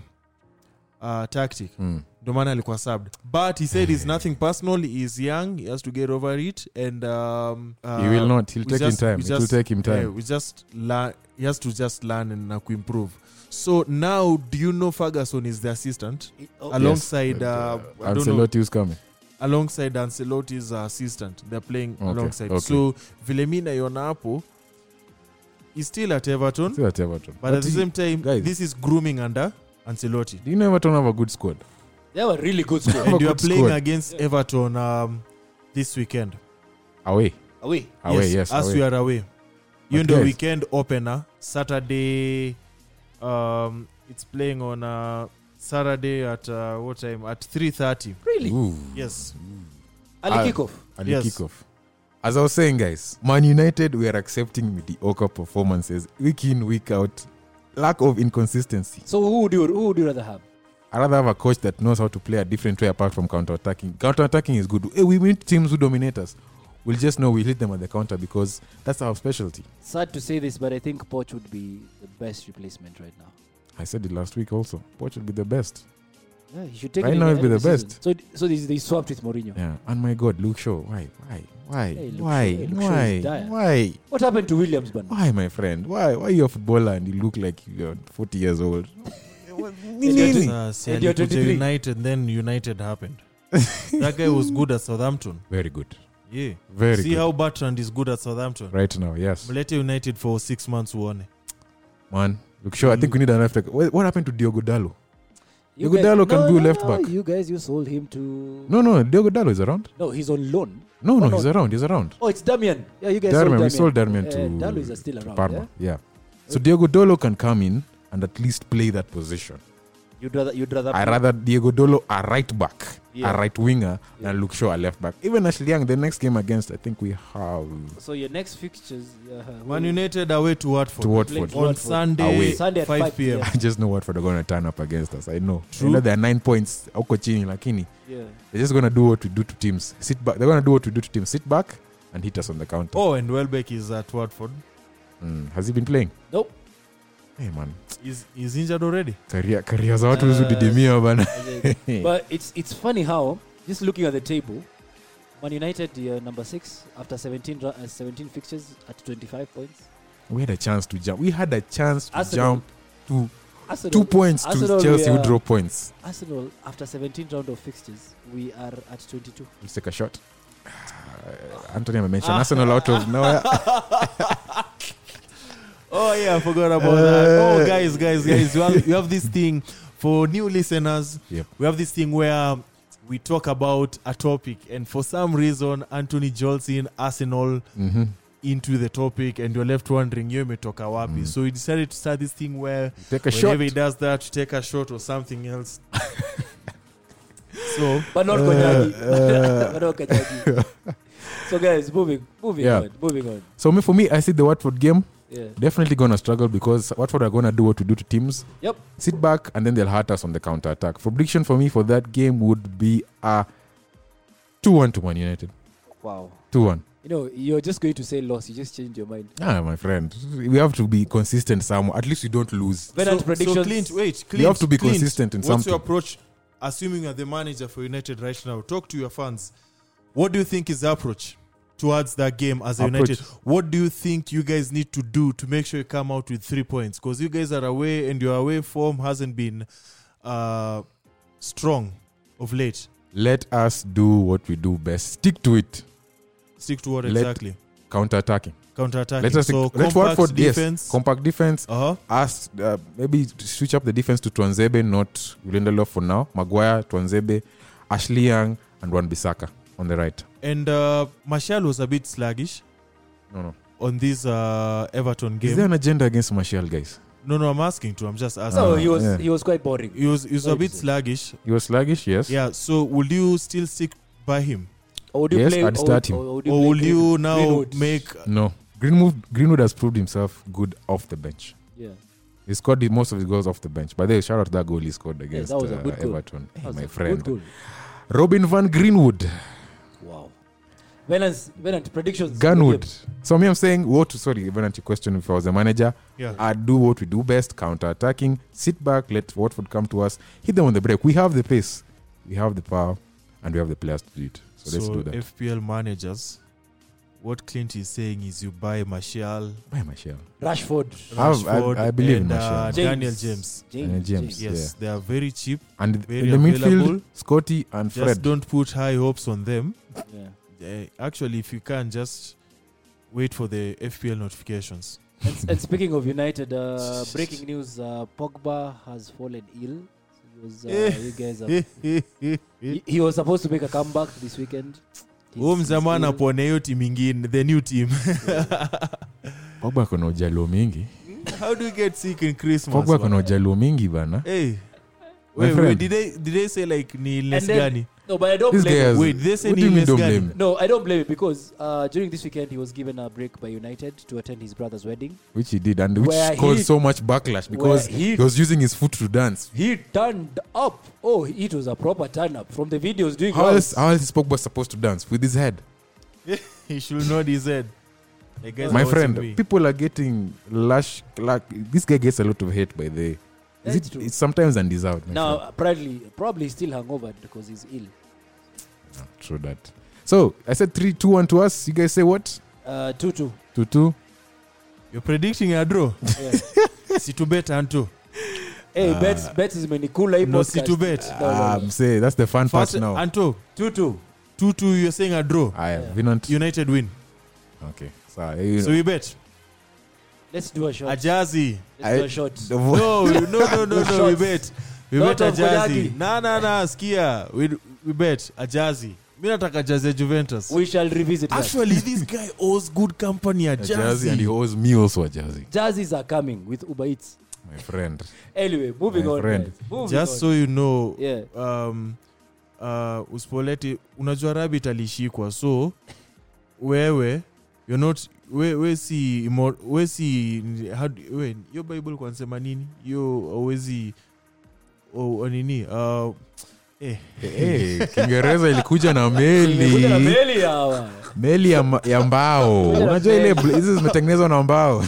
uh, tactic
Mm.
ndo maana alikuwa subbed but he said
Eh.
it's nothing personal he's young he has to get over it and um, uh,
he will not. He'll
we
take him
just-
time.
we
It will
just-
take him
Yeah,
time.
we just learn. He has to just learn and uh, improve. So now, do you know Ferguson is the assistant
It- oh,
Yes,
alongside?
but,
Uh, I don't know.
Ancelotti is coming.
Alongside Ancelotti's uh, assistant, they're playing
Okay,
alongside.
okay.
So Vilemina Yonapo is still at Everton,
Still at Everton.
but, at the
he-
same time,
guys-
this is grooming under Ancelotti,
do you know Everton have a good squad?
They were really good score.
have a
and you are
good
playing
squad.
against Everton um, this weekend.
Away,
Away.
away, yes,
as
away.
we are away. You
But
know,
guys-
weekend opener Saturday. Um, it's playing on uh, Saturday at uh, what time? At three thirty.
Really?
Ooh.
Yes.
Early
Ah.
kickoff.
and
Yes.
yes. kick off. As I was saying, guys, Man United we are accepting mediocre performances week in, week out. Lack of inconsistency.
So who would you who would you rather have?
I rather have a coach that knows how to play a different way apart from counter attacking. Counter attacking is good. Eh, we meet teams who dominate us. We'll just know we hit them at the counter because that's our specialty.
Sad to say this, but I think Poch would be the best replacement right now.
I said it last week also. Poch will be the best.
Yeah, he should take
Right
it in
now
the
he'd be
end
the
of season.
best.
So so they, they swapped with Mourinho.
Yeah. And my God, Luke Shaw. Why? Why? Why?
Hey, Luke Shaw-
Why?
hey, Luke Shaw
Why?
is dire.
Why?
What happened to Williams, man?
Why, my friend? Why? Why you're a footballer and you look like you're 40 years old? Nini?
Uh, si
And you're
alikuja
23.
United, then United happened. that guy was good at Southampton.
Very good.
Yeah.
Very
See
good.
how Bertrand is good at Southampton.
right now, yes.
Mlete United for six months one.
Man, look sure. I think we need an left back. What what happened to Diogo Dalo?
You
Diogo
guys-
Dalot can
no,
do
no,
left
no,
back.
You guys, you sold him to.
No, no, Diogo Dalo is around.
no, he's on loan.
No, no,
Oh, no.
he's around. He's around.
Oh, it's Damian. Yeah, you guys
Darmian, we sold
sold Damian.
Darmian to,
Uh, Dalot is still
to
around.
Parma.
yeah?
Yeah? So Diogo Dolo can come in and at least play that position.
You'd rather, you'd rather.
I rather Diego Dolo a right back,
Yeah.
a right winger,
Yeah.
and Luke Shaw a left back. Even Ashley Young, the next game against, I think we have
So your next fixtures. Yeah, uh,
Man United away to Watford.
to Watford.
Watford.
on Sunday,
Away.
Sunday at
5
5
p.m.
I just know Watford are going to turn up against us. I know.
True.
I know there are nine points. Huko chini, lakini
Yeah.
They're just gonna do what we do to teams. Sit back. They're gonna do what we do to teams. Sit back and hit us on the counter.
Oh, and Welbeck is at Watford.
Mm. Has he been playing?
Nope.
Hey man,
Is is injured already?
career career za watu
Uh,
zilididimia bana.
but it's it's funny how just looking at the table, Man United uh, number six after 17 ra- uh, 17 fixtures at 25 points.
We had a chance to jump. We had a chance to
Arsenal-
jump to
Arsenal,
two points
Arsenal,
to Chelsea
we
who
are-
draw points.
Arsenal after 17 round of fixtures, we are at 22.
Let's take a shot. Uh, Anthony
Ah.
amemention Arsenal out of nowhere.
Oh yeah, I forgot about that.
Uh,
Oh guys, guys, guys, you have, you have this thing for new listeners.
Yep.
We have this thing where we talk about a topic, and for some reason, Anthony jolts in Arsenal
Mhm.
into the topic, and you're left wondering, you metoka wapi?
Mm.
So we decided to start this thing where
Take a shot.
whenever he does that, you take a shot or something else. so
But not
Uh,
Konyagi.
uh.
but not Konyagi. so guys, moving moving
Yeah.
on, moving on.
So me for me, I see the Watford game
Yeah.
definitely gonna struggle because Watford are gonna do what we do to teams.
Yep.
sit back and then they'll hurt us on the counter attack. For prediction for me for that game would be a 2 1 to Man United.
Wow.
2 1.
You know, you're just going to say loss. You just changed your mind.
Ah, my friend. We have to be consistent somewhere. At least we don't lose.
Venant
so,
predictions.
So Clint, wait, Clint,
You have to be
Clint,
consistent in
what's
something.
your approach? Assuming you're the manager for United right now, talk to your fans. What do you think is the approach towards that game as a
Approach.
United? What do you think you guys need to do to make sure you come out with three points? Because you guys are away and your away form hasn't been uh, strong of late.
let us do what we do best. Stick to it.
Stick to what
Let-
exactly?
Counter attacking.
Counter attacking.
Let us
so
let
compact
Watford yes,
defense.
compact defense.
uh huh.
Us uh, maybe switch up the defense to Twanzebe, not Lindelof for now. Maguire, Twanzebe, Ashley Young, and Wan Bissaka on the right.
And uh, Martial was a bit sluggish
No, no.
on this uh, Everton
Is there
game.
an agenda against Martial, guys?
No, no, I'm asking too. I'm just asking.
No,
Ah,
he was
yeah.
he was quite boring.
He was he was a
What
bit
is it?
sluggish.
He was sluggish, yes.
Yeah. So would you still stick by him,
Or would you
Yes,
play?
I'd
or
start him.
would- Or would
or
play
will you now
Greenwood?
make?
No. Greenwood Greenwood has proved himself good off the bench.
Yeah.
He scored the- most of his goals off the bench. But then shout out to that goal he scored against
that was a
uh,
good goal.
Everton. Hey,
That's a
my
good
friend.
goal.
Robin van Greenwood.
Wow. Venant, Venant predictions.
Gunwood. So me I'm saying what sorry, even at your question if I was a manager,
Yeah.
I'd Uh, do what we do best, counter attacking, sit back, let Watford come to us, hit them on the break. We have the pace, we have the power, and we have the players to do it. So, let's do that.
FPL managers, what Clint is saying is you buy Martial,
Why Martial?
Rashford.
I've- I-
Rashford,
I believe in
and, uh,
Martial.
Daniel James.
James.
Daniel James.
Yes,
Yeah.
they are very cheap.
And in
Very
the
available.
midfield, Scotty and
Just
Fred.
don't put high hopes on them.
Yeah.
Eh, actually, if you can, just wait for the FPL notifications.
And, and speaking of United, uh, breaking news: uh, Pogba has fallen ill. He was, uh,
Eh.
you guys have, he,
Um,
he was supposed to make a comeback this weekend. He's- he's
zamani
ill.
apone hiyo team ingine the new team
pogba kona ujaluo mingi
how do you get sick in christmas
pogba kona
man?
ujaluo mingi bana
hey
My
wait, wait,
friend.
did, I, did I say like ni less
And then-
gani
No, but I don't
this
blame
guy
him.
has
Wait, they say
what
ni
do you mean don't
Lescani?
blame
No, I don't blame it because uh, during this weekend he was given a break by United to attend his brother's wedding.
which he did and which
Where
caused
he-
so much backlash because
where he-
he was using his foot to dance
He turned up. Oh, it was a proper turn up from the videos doing
how
rounds.
else, how else is pogba supposed to dance with his head
he should nod his head The guys
my
are watching
friend
me.
people are getting lash like this guy gets a lot of hate by the is
That's
it,
true.
it's sometimes and is out my
Now,
friend.
apparently, probably still hungover because he's ill.
true that so i said three two one to us you guys say what
Uh, Tutu.
two two
you're predicting a draw
Yeah.
situbet anto
Ah.
hey, bets bets is many cool
No, situbet.
No, no, no.
um, say that's the fun
first
part now
anto
Tutu.
2-2 you're saying a draw
i have
Yeah.
vinant
united win
okay so, you
so we bet
Let's do a shot.
ajazi
Let's do
I-
a shot.
the vo-
no, no, no, no, no. We
Shots.
bet. We
Lot
bet
of
Ajazi.
Kojagi.
Na na na, skia. We we bet Ajazi. Mi nataka Ajazi ya Juventus.
We shall revisit that.
Actually, this guy owes good company
Jersey and he
Ajazi.
owes me also a jersey,
Jazzies are coming with Uber Eats.
my friend.
Anyway, moving
My
on.
friend.
Guys. Moving
Just
on.
so you know,
Oh Yeah.
um, uh, Uspoleti, unajua rabbit alishikwa so wewe you're not we, we si immo- we si how do- we, yo bible kwansema nini yo awezi oh, nini uh, eh,
Hey, Kiingereza ilikuja na
Nimekuja na
meli
meli hawa.
meli ya, ma- ya mbao
Kuja na
unajua ile
meli.
bl- hizi zimetengenezwa na mbao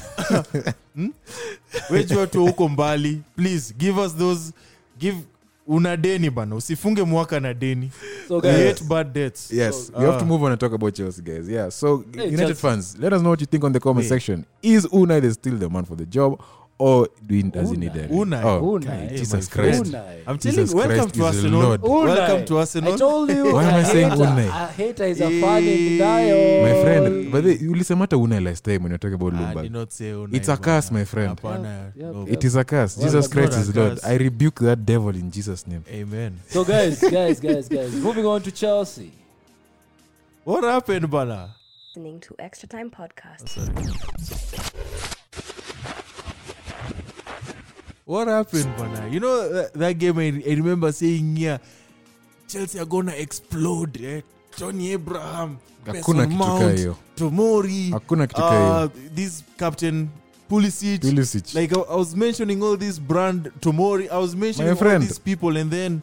wejua tu huko mbali please give us those give una deni bana usifunge mwaka na deni
So
We
guys,
hate bad debts
yes
So,
we have to
uh,
move on and talk about chelsea guys yeah so
Hey,
united
Chelsea.
fans let us know what you think on the comment
Wait.
section is unai the still the man for the job or do he- does he need
Unai.
a
Unai.
oh,
Unai.
guy,
Hey,
jesus
my
christ
Unai.
I'm telling
Jesus
you, welcome
Christ
to
is a
Arsenal.
Lord.
Unai.
Welcome to
I
Arsenal.
told you.
Why am
a
I saying
hater-
Unai?
A hater is a fan in denial.
my friend but they, ulisema hata unai last time when you were talking about
I did
Lumba.
not say Unai,
It's a
bana.
curse, my friend.
Hapana,
Yeah,
no.
yeah.
it is a curse
Well,
jesus
it's not
christ
a
is lord
curse.
i rebuke that devil in jesus name
Amen.
So guys, guys, guys, guys. Moving on to Chelsea.
What happened, bana?
Listening to Extra Time Podcast.
What happened, bana? You know that, that game. I, I remember saying, yeah, Chelsea are gonna explode. Eh? Tony Abraham,
Hakuna
Mason
kitu kaa
Mount,
hiyo.
Tomori,
Hakuna kitu kaa
uh, this captain Pulisic.
Pulisic.
Like I, I was mentioning all these brand Tomori. I was mentioning
My friend.
all these people, and then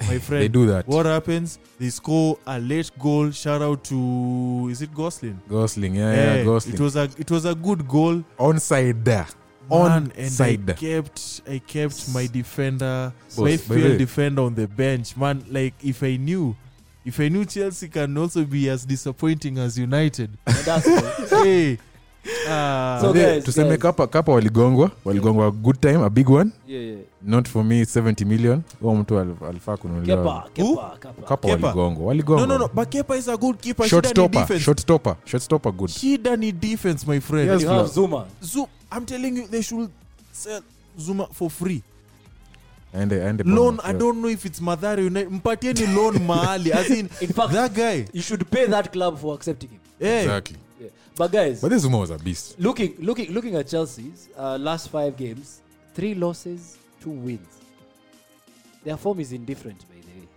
my friend,
do that.
What happens? They score a late goal. Shout out to is it Goslin?
gosling yeah, yeah,
Eh,
gosling
It was a it was a good goal.
onside
Man, and I
Onside.
kept I kept my defender,
Boss, by
my
the way-
field defender on the bench. Man, like if I knew, if I knew Chelsea can also be as disappointing as United,
And that's all.
hey, Ah,
So-
They-
guys,
tuseme
guys.
kapa kapa waligongwa waligongwa a good time a big one
Yeah, yeah.
not for me 70 million huo mtu al- alifaa kununuliwa
Kepa,
Who?
Kepa, Kepa.
kapa
Kepa.
waligongwa
no, no,
waligongwa
no. But Kepa is a good keeper.
short
Shida ni
stopper
defense.
short stopper short stopper good
Shida ni defense, my friend.
Yes,
You have
Flo.
Zuma.
Zuma, I'm telling you, they should sell Zuma for free.
aende aende
Loan,
Bournemouth,
I
yes.
don't know if it's Madhari United. Mpatieni loan mahali. As in,
In fact-
that guy. Eh,
You should pay that club for accepting him.
Hey,
exactly
Yeah. But guys,
but this Zuma was a beast
looking looking looking at Chelsea's uh, last five games, three losses, two wins. Their form is indifferent, by the way.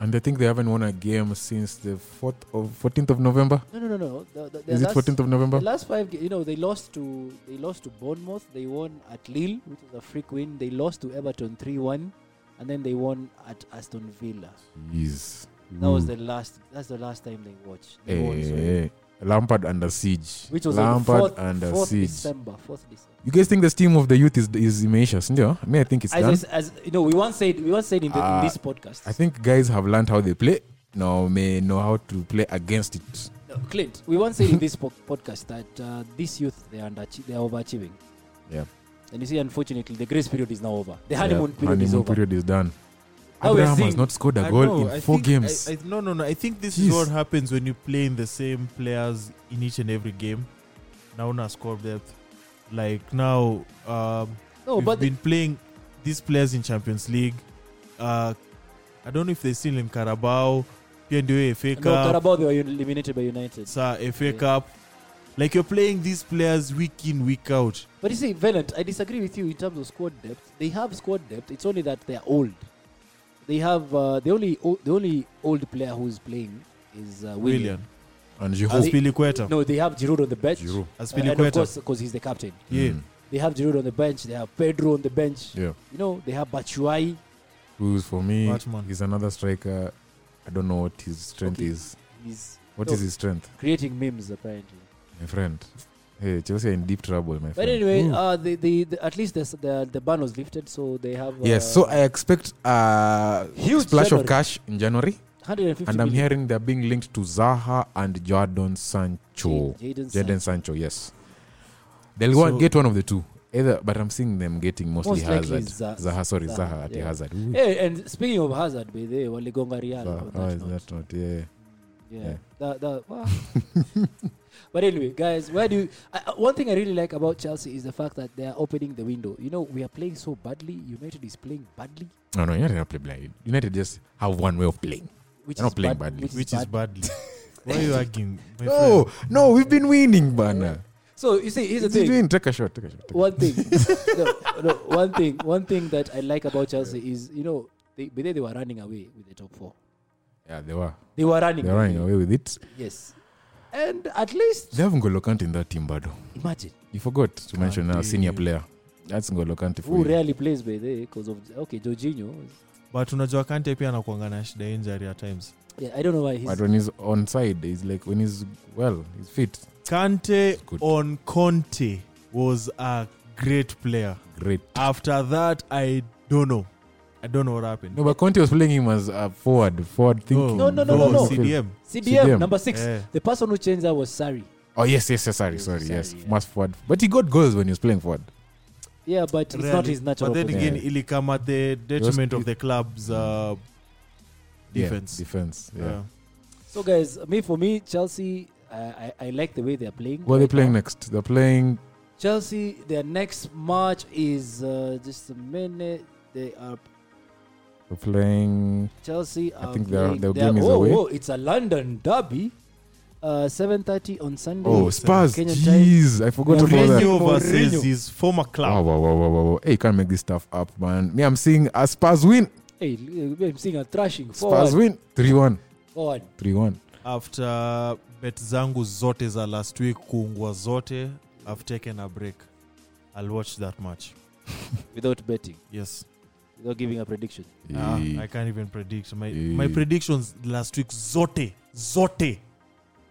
and I think they haven't won a game since the 4th of 14th of November
No, no, no, no. The, the, their
is it
last-
14th of
The
November
last five, ga- you know, they lost to they lost to Bournemouth. They won at Lille, which was a freak win. They lost to Everton three one, and then they won at Aston Villa.
Jeez.
That was
Ooh.
the last. That's the last time they watched. They won, sorry.
Eh, Lampard under siege.
Which was on the
Lampard
fourth,
under
fourth
siege.
December. Fourth December.
You guys think this team of the youth is is Imeisha, sindio? I mean, I think it's
As, I
done.
s- as you know, we once said we once said in, the,
Ah,
in this podcast.
I think guys have learned how they play. Now may know how to play against it.
No, Clint, we once said in this po- podcast that uh, this youth they are underach- they are overachieving.
Yeah.
And you see, unfortunately, the grace period is now over. The honeymoon period is
honeymoon
over.
period is done.
Now we're
Abraham has
seeing-
not scored a
I
goal
know,
in
I
four
think-
games.
I, I, no, no, no. I think this
Jeez.
is what happens when you play in the same players in each and every game. Now, na score depth. Like now, um,
No,
we've
Oh, but
been playing these players in Champions League. Uh, I don't know if they're still in Carabao, PNDO FA
no,
Cup,
Carabao they were eliminated by United.
Sa FA
Yeah.
Cup. Like you're playing these players week in, week out.
But you see, Venant, I disagree with you in terms of squad depth. They have squad depth. It's only that they are old. They have uh, the only o- the only old player who's playing is uh, William.
William,
and you hope.
Aspilicueta,
No, they have Giroud on the bench.
Giroud.
Uh, and of
Aspilicueta.
course, because he's the captain.
Yeah,
Mm,
They have Giroud on the bench. They have Pedro on the bench.
yeah.
You know, they have Batshuayi.
Who's for me?
Batman.
He's another striker. I don't know what his strength
Okay.
is.
He's
What is
No.
his strength,
creating memes apparently.
my friend? Hey, Chelsea are in deep trouble, my
But
friend.
anyway, uh, the, the, the at least the, s- the the ban was lifted, so they have uh,
yes, so I expect a
Huge
splash
January.
of cash in January.
150
And I'm
million.
hearing they're being linked to Zaha and Jordan Sancho.
Jad- Jadon
Jaden
Sancho.
Sancho, yes. They'll
So-
go and get one of the two. Either, but I'm seeing them getting mostly
Most likely
Hazard.
Za-
Zaha, sorry,
Zaha,
Zaha, at
yeah. Eh,
Hazard. Ooh,
Hey, and speaking of Hazard, by the way, Waligonga Real.
Zaha.
on
Oh,
that
is
note.
that not? Yeah.
Yeah.
yeah.
That, that, wow. but anyway, guys, where do you, I, I- one thing I really like about Chelsea is the fact that they are opening the window. You know, we are playing so badly. United is playing badly,
No, no, United not play blind. United just have one way of playing.
which
They're
is
not playing
bad-
badly.
which is
bad.
badly. Why are you arguing? my friend?
No, no, we've been winning, Bana.
So you see, here's the
It's
thing.
been- Take a shot. Take a shot. take a
one thing, no, no, one thing, one thing that I like about Chelsea is you know they but they, they were running away with the top four.
shot. Yeah, they were.
They were running.
They're running away with it.
Yes, and at least
They have N'Golo Kante in that team, Bado.
imagine
You forgot to mention a
Kante.
senior player. That's N'Golo Kante for
who
you.
rarely plays by the because of okay Jorginho. is-
But unajua Kante pia anakuanga na shida ya injury at times.
Yeah, I don't know why he's
But when he's on side, he's like when he's well, he's fit.
Kante
Good.
on Conte was a great player.
Great.
After that, I don't know. I don't know what happened. Oh,
No, but Conte was playing him as a forward, forward thinking.
No, no, no, no, no.
CDM.
CDM,
CDM.
number six.
Yeah.
The person who changed that was Sari.
Oh yes, yes, yes. Sorry,
Yes,
sorry,
sorry,
yes.
yeah.
Must forward, but he got goals when he was playing forward.
Yeah, but it's not
Really.
his natural.
But then
position.
again, it'll come at the detriment of the club's uh,
Yeah,
defense.
defense. Yeah.
Yeah.
So guys, me for me Chelsea, I, I, I like the way they are playing.
Who are they
right now.
playing next? They're playing.
Chelsea, their next match is uh, just a minute. They are
They're playing.
Chelsea. Are
think their-
playing,
their
they are-
game is
oh,
away.
Oh, it's a London derby. Uh, Seven thirty on Sunday.
Oh, Spurs!
Kenyan time.
Jeez, I forgot about
Mourinho.
that.
Mourinho versus
Mourinho.
his former club.
Wow, wow, wow, wow, wow, wow! Hey, you can't make this stuff up, man. Me, I'm seeing a Spurs win.
Hey, l- I'm seeing a thrashing.
Spurs
Forward,
win. Three-one.
forward.
Three-one.
After bet zangu zote za last week kuungwa zote, I've taken a break. I'll watch that match.
Without betting,
Yes.
without giving a prediction.
Ah,
Eh.
I can't even predict. My,
Eh.
my predictions last week zote zote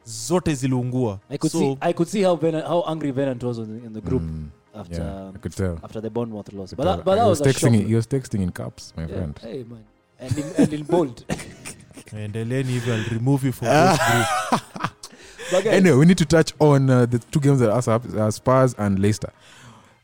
zote ziliungua.
I could
so,
see. I could see how Venant, how angry Venant was on the, in the group
Mm,
after
yeah, I could tell.
after the Bournemouth loss. uh, But
Tell-
that, but that
I
was,
was,
a shock.
texting. He was texting in caps, my
yeah.
friend.
Hey man, and in, and in bold.
Ah.
endeleeni hivyo I'll remove you from this group.
But guys,
anyway we need to touch on uh, the two games that us up uh, spurs and leicester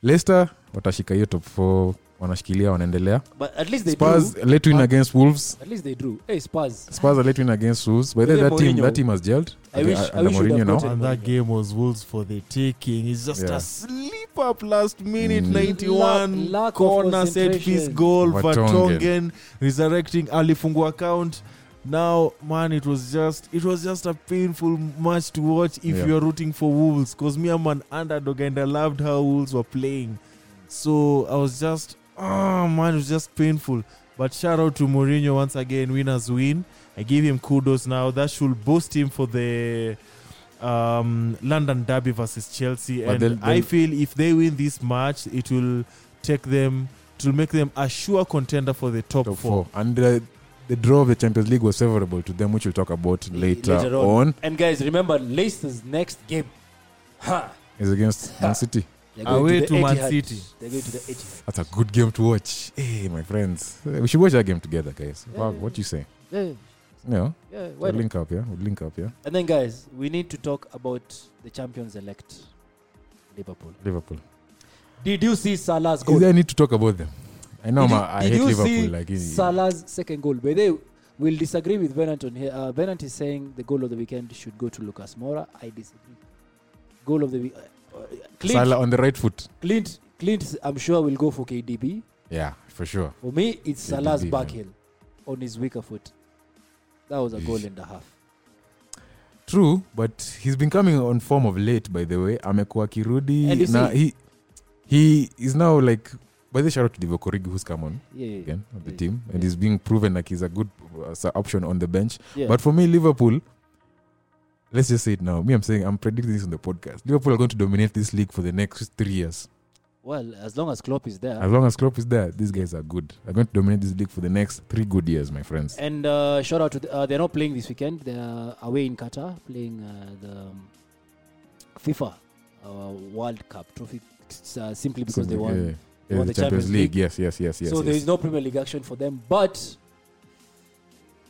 leicester watashika hiyo top 4 wanashikilia wanaendelea
but at least they
spurs
drew.
late win
But-
against wolves
At least they drew. Hey, Spurs.
spurs are late win against wolves by the way
Ile
that team
Mourinho.
that team has gelled
I
Okay,
wish- I
under
wish we'd have
Mourinho now.
gotten-
and that game was Wolves for the taking. It's just
Yeah.
a slip up last minute,
Mm.
91
Lack- lack of
corner set piece
concentration.
goal.
Vertonghen.
Vertonghen resurrecting Alifungwa account. Now, man, it was just it was just a painful match to watch if
Yeah.
you're rooting for Wolves, because me I'm an underdog and I loved how Wolves were playing. So I was just oh man, it was just painful. But shout out to Mourinho once again, winners win. I give him kudos now. That should boost him for the um, London Derby versus Chelsea.
But
and
they'll-
I
they'll-
feel if they win this match, it will take them it will make them a sure contender for the top,
top
four.
four. And uh, the draw of the Champions League was favorable to them, which we'll talk about later,
Later on.
on.
And guys, remember Leicester's next game. Ha!
Is against Man City.
They're going
Away
the
to, Man
Etihad.
City.
They're going to the Etihad.
That's a good game to watch. Hey, my friends, Uh, we should watch that game together, guys. Wow, what you say?
Yeah,
Yeah,
yeah, why
we'll
not?
link up. Yeah, we'll link up. Yeah,
And then, guys, we need to talk about the champions elect, Liverpool.
Liverpool.
Did you see Salah's
Is
goal?
there need to talk about them? I know,
did
ma,
you,
I
did
hate
you see
Liverpool. Like, eh,
Salah's second goal? But they will disagree with Venant on here. Uh, Venant is saying the goal of the weekend should go to Lucas Moura. I disagree. Goal of the week. Uh, uh, Clint,
Salah on the right foot.
Clint, Clint, I'm sure will go for KDB.
Yeah, for sure.
For me, it's
KDB,
Salah's back
man.
heel on his weaker foot. That was a goal and a half.
True, but he's been coming on form of late. By the way, amekuwa
And you
kirudi. Now
see-
he he is now like. By the way, shout out to Divock Origi who's come on.
Yeah, yeah,
again of the
Yeah.
team, and
Yeah.
he's being proven like he's a good uh, s- option on the bench.
yeah.
But for me, Liverpool, let's just say it now. Me, I'm saying I'm predicting this on the podcast. Liverpool are going to dominate this league for the next three years.
well, as long as Klopp is there.
As long as Klopp is there, these guys are good. Are going to dominate this league for the next three good years, my friends.
And uh, shout out to the, uh, they're not playing this weekend. They're away in Qatar playing uh, the um, FIFA uh, World Cup trophy s- uh, simply because they won.
Yeah.
they
Yeah,
won
the
the
Champions
Champions
League.
League.
Yes, yes, yes, yes.
so
yes.
there is no Premier League action for them. But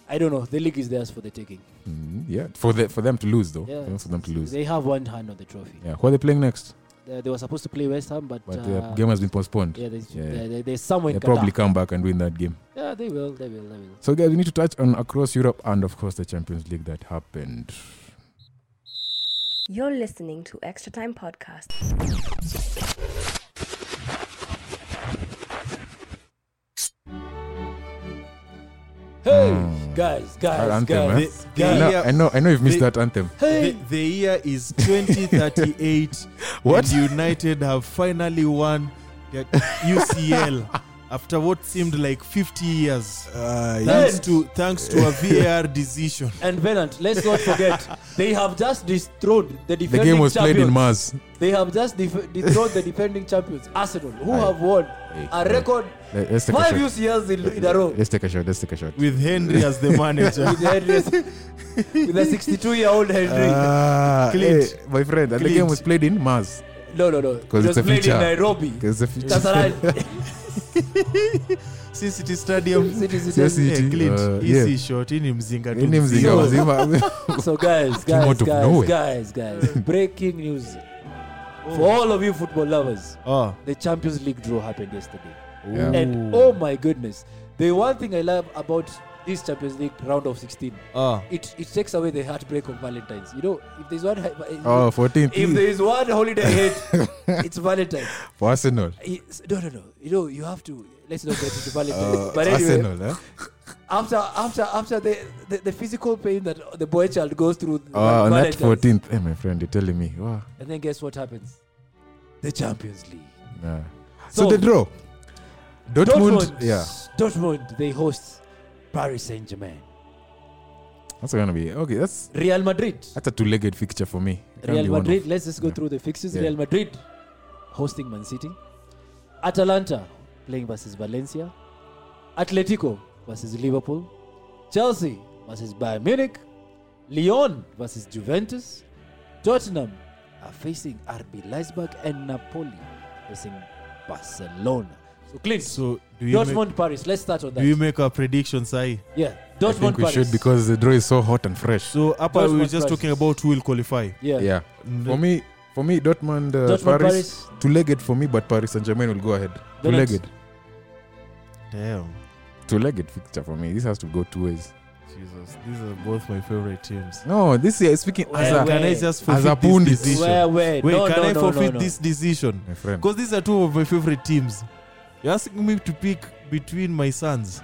I don't know. The league is theirs for the taking.
Mm, yeah, for the, for them to lose though.
Yeah.
Oh, For them to lose.
They have one hand on the trophy.
Yeah. Who are they playing next?
They, they were supposed to play West Ham, but,
But the
uh,
game has been postponed.
yeah, they,
Yeah.
They, they, they're somewhere
They
in
probably
Qatar.
come back and win that game.
Yeah, they will. They will. They will.
So, guys, we need to touch on across Europe and, of course, the Champions League that happened.
You're listening to Extra Time Podcast.
Hmm.
Hey, guys, guys,
That anthem,
guys.
eh? I know, I know, I know you've missed
They-
that anthem.
Hey,
The, the year is 2038.
What?
And United have finally won their UCL after what seemed like 50 years.
Ah,
Thanks to thanks to a VAR decision.
And Venant, let's not forget, they have just dethroned the
The
defending
game was
champions.
played in Mars.
They have just def- dethroned the defending champions, Arsenal, who
Aye.
have won
Hey,
a
hey.
record
Let- Let's take a
five
shot.
UCLs in, in a row.
Let's take a shot. Let's take a shot.
with Henry as the manager.
With Henry's- with a 62-year-old Henry.
Ah,
Clint.
hey, my friend, and the
Clint.
game was played in Mars.
no, no, no. It
'cause it's
was
a
played
feature.
in Nairobi.
Because the future.
Kasarani.
CCT Stadium.
City, city,
Yes,
city.
it-
Eh, Clint,
Uh,
easy
yeah.
short ini mzinga tu
Any mzinga
mzinga.
mzima.
So guys,
Came
guys,
out of
guys,
nowhere.
guys, guys, breaking news for all of you football lovers.
Oh.
The Champions League draw happened yesterday.
Yeah.
And oh my goodness, the one thing I love about this Champions League round of 16,
Oh.
it, it takes away the heartbreak of Valentine's. You know, if there's one, hi-
Oh, 14th.
if there is one holiday I hate, it's Valentine's.
For Arsenal.
It's- no, no, no. You know, you have to. Let's not get into Valentine's.
Uh,
but anyway,
Arsenal, eh?
after after after the, the, the physical pain that the boy child goes through,
Oh, on that
Valentine's,
14th. Hey, my friend, you're telling me. Wow.
and then guess what happens? The Champions League.
Nah.
So-
So, the draw. Dortmund,
Dortmund,
yeah,
Dortmund, they host Paris Saint Germain.
that's gonna be okay. That's
Real Madrid.
that's a two-legged fixture for me. It can't
Real
be one
Madrid. Let's just go
Yeah.
through the fixtures.
Yeah.
Real Madrid hosting Man City. Atalanta playing versus Valencia. Atletico versus Liverpool. Chelsea versus Bayern Munich. Lyon versus Juventus. Tottenham are facing RB Leipzig and Napoli facing Barcelona. So Clint,
So do you
Dortmund, Paris. Let's start on
make, do you
that.
make a prediction, Sai?
Yeah,
I think
Dortmund,
we should
Paris.
because the draw is so hot and fresh.
So Apa, we were
Dortmund
just
Paris.
talking about who will qualify.
yeah,
Yeah. For me, for me, Dortmund, uh,
Dortmund,
Paris,
Paris.
two-legged for me, but Paris Saint Germain will go ahead.
Donut.
Two-legged,
Damn,
two-legged fixture for me. This has to go two ways.
Jesus, these are both my favorite teams.
No, this year speaking as
Well,
a,
Can I
wait.
As
just
a
forfeit
pundit.
this decision?
Where, where?
Wait,
no,
can
no,
I
no,
forfeit
no, no.
this decision?
my friend.
Because these are two of my favorite teams. You're asking me to pick between my sons.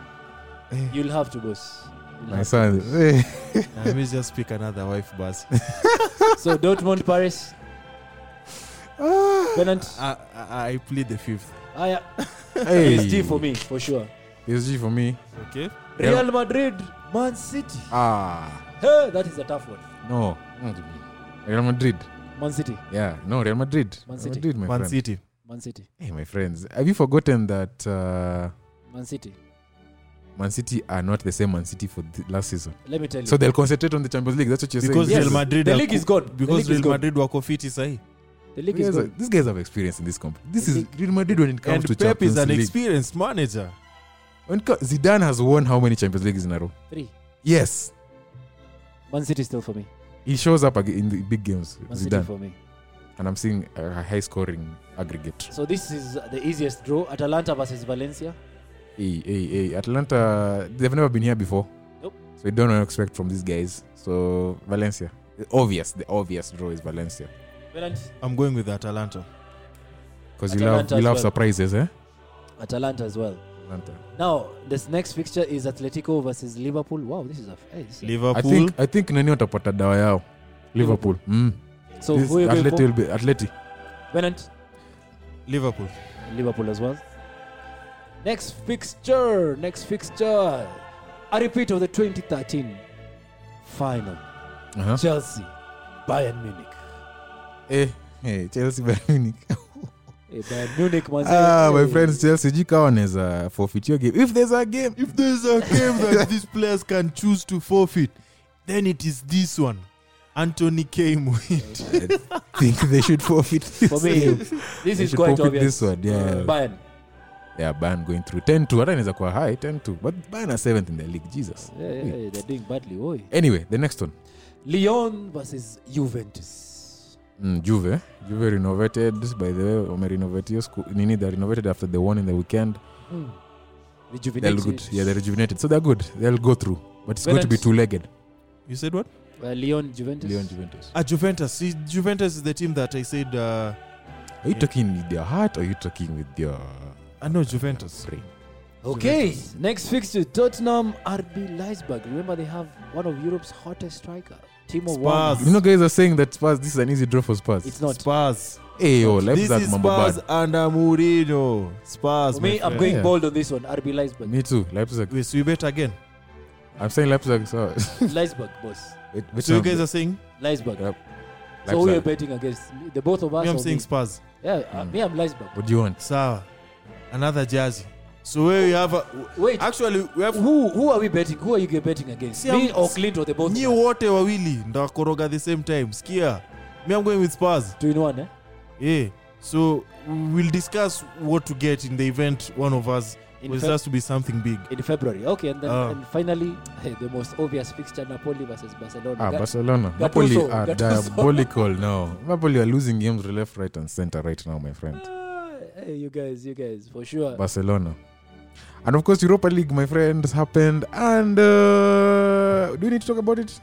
You'll have to, boss. You'll
My
have to.
son, hey,
I may just pick another wife, boss.
So Dortmund, Paris. Bennett.
I, I, I plead the fifth.
Ah, yeah.
hey.
PSG for me, for sure.
PSG for me.
Okay.
Yeah.
Real Madrid, Man City.
Ah,
Hey, that is a tough one.
no, Real Madrid.
Man City,
Yeah, no, Real Madrid.
Man
Real
City.
Madrid, my
Man
friend.
City.
Man City,
Hey, my friends, have you forgotten that uh,
Man City.
Man City are not the same Man City for the last season?
Let me tell you.
So they'll concentrate on the Champions League. That's what you're
Because
saying.
Yes.
Real Madrid.
the
are
league
co-
is gone.
Because
the league
Real
is gone.
Madrid wako fiti sahi.
The league
These
is
guys, are,
gone.
these guys have experience in this company. This
The
is
league-
Real Madrid when it comes
And
to
Pep
Champions
is an
League.
experienced manager.
When it co- Zidane has won how many Champions Leagues in a row?
Three.
Yes,
Man City still for me.
he shows up ag- in the big games,
Man City
Zidane,
for me.
and I'm seeing a a high scoring aggregate.
So this is the easiest draw. Atalanta versus Valencia.
Hey, hey, hey! Atlanta, they've never been here before,
Nope.
so we don't know what to expect from these guys. So Valencia, the obvious, the obvious draw is Valencia
Bennett.
I'm going with Atalanta.
because you love
Atalanta
you
as
love
well.
surprises, eh?
Atalanta as well.
Atlanta.
Now, this next fixture is Atletico versus Liverpool. Wow, this is a. Hey, this is
I
Liverpool.
think I think nani watapata dawa yao liverpool mm.
a so,
This
who you going
Atleti
for?
will be- Atleti.
Bennett.
Liverpool.
Liverpool as well. Next fixture, next fixture. A repeat of the 2013 final.
Uh-huh.
Chelsea, Bayern Munich.
Eh, eh, chelsea Bayern Munich.
Hey, Bayern Munich, manze.
ah, my
Hey.
friends chelsea jikawa wanaweza forfeit your game if there's a game
If there's a game that these players can choose to forfeit, then it is this one. Anthony came with.
i think they should forfeit this
For me,
game.
this
They
is
should
quite
forfeit
obvious. Mm,
this one yeah
Bayern.
yeah ban going through 10 2 hata inaweza kuwa high 10 2 but ban are 7th in the league jesus
Yeah, yeah, yeah, they're doing badly. Oi.
anyway the next one
Lyon versus Juventus.
Mm, Juve. Juve renovated by the way. Wamerenovate hiyo school. Nini they renovated after the one in the weekend.
Hmm.
They're
Rejuvenated.
good. Yeah, they're rejuvenated. So they're good. They'll go through. But it's going to be
Venance.
two-legged.
You said what?
Uh, Lyon, Juventus.
Leon Juventus.
Ah, Juventus. See, Juventus is the team that I said. Uh,
Are you talking with your heart or are you talking with your
I know Juventus.
brain?
Okay, next fixture Tottenham RB Leipzig. Remember, they have one of Europe's hottest striker, Timo
Spurs.
Werner.
You know, guys are saying that Spurs. This is an easy draw for Spurs.
It's not.
Spurs.
hey yo,
this
Leipzig
is
mambo
Spurs
bad.
under Mourinho. Spurs.
For
my
me, I'm
friend.
going
Yeah.
bold on this one. RB Leipzig.
Me too. Leipzig.
Wait, so you bet again?
I'm saying Leipzig. So,
Leipzig, boss.
wait, which
so you
one?
guys are saying?
Leipzig.
Yep.
So we are
Leipzig.
betting against the both of us.
Me, I'm
or
saying
me?
Spurs. Mm.
Yeah, uh, me, I'm Leipzig.
What do you want?
Sawa. Another jersey. So where you have a,
Wait,
actually we have
who who are we betting? Who are you betting against?
See,
me
I'm-
or Clint or the both?
nyi
of us?
wote wawili ndakoroga the same time. Skia. Me, I'm going with Spurs.
Two in one, eh?
Yeah. So we'll discuss what to get in the event one of us.
In,
It
Feb-
has to be something big.
in February. Okay, and then
Ah.
and finally, hey, the most obvious fixture Napoli versus Barcelona.
Ah,
Ga-
Barcelona.
Gattuso,
Napoli are
Gattuso.
diabolical now. Napoli are losing games left, right, and center right now, my friend.
Ah, hey, you guys, you guys, for sure.
Barcelona. And of course, Europa League, my friends, happened. And uh, do we need to talk about it?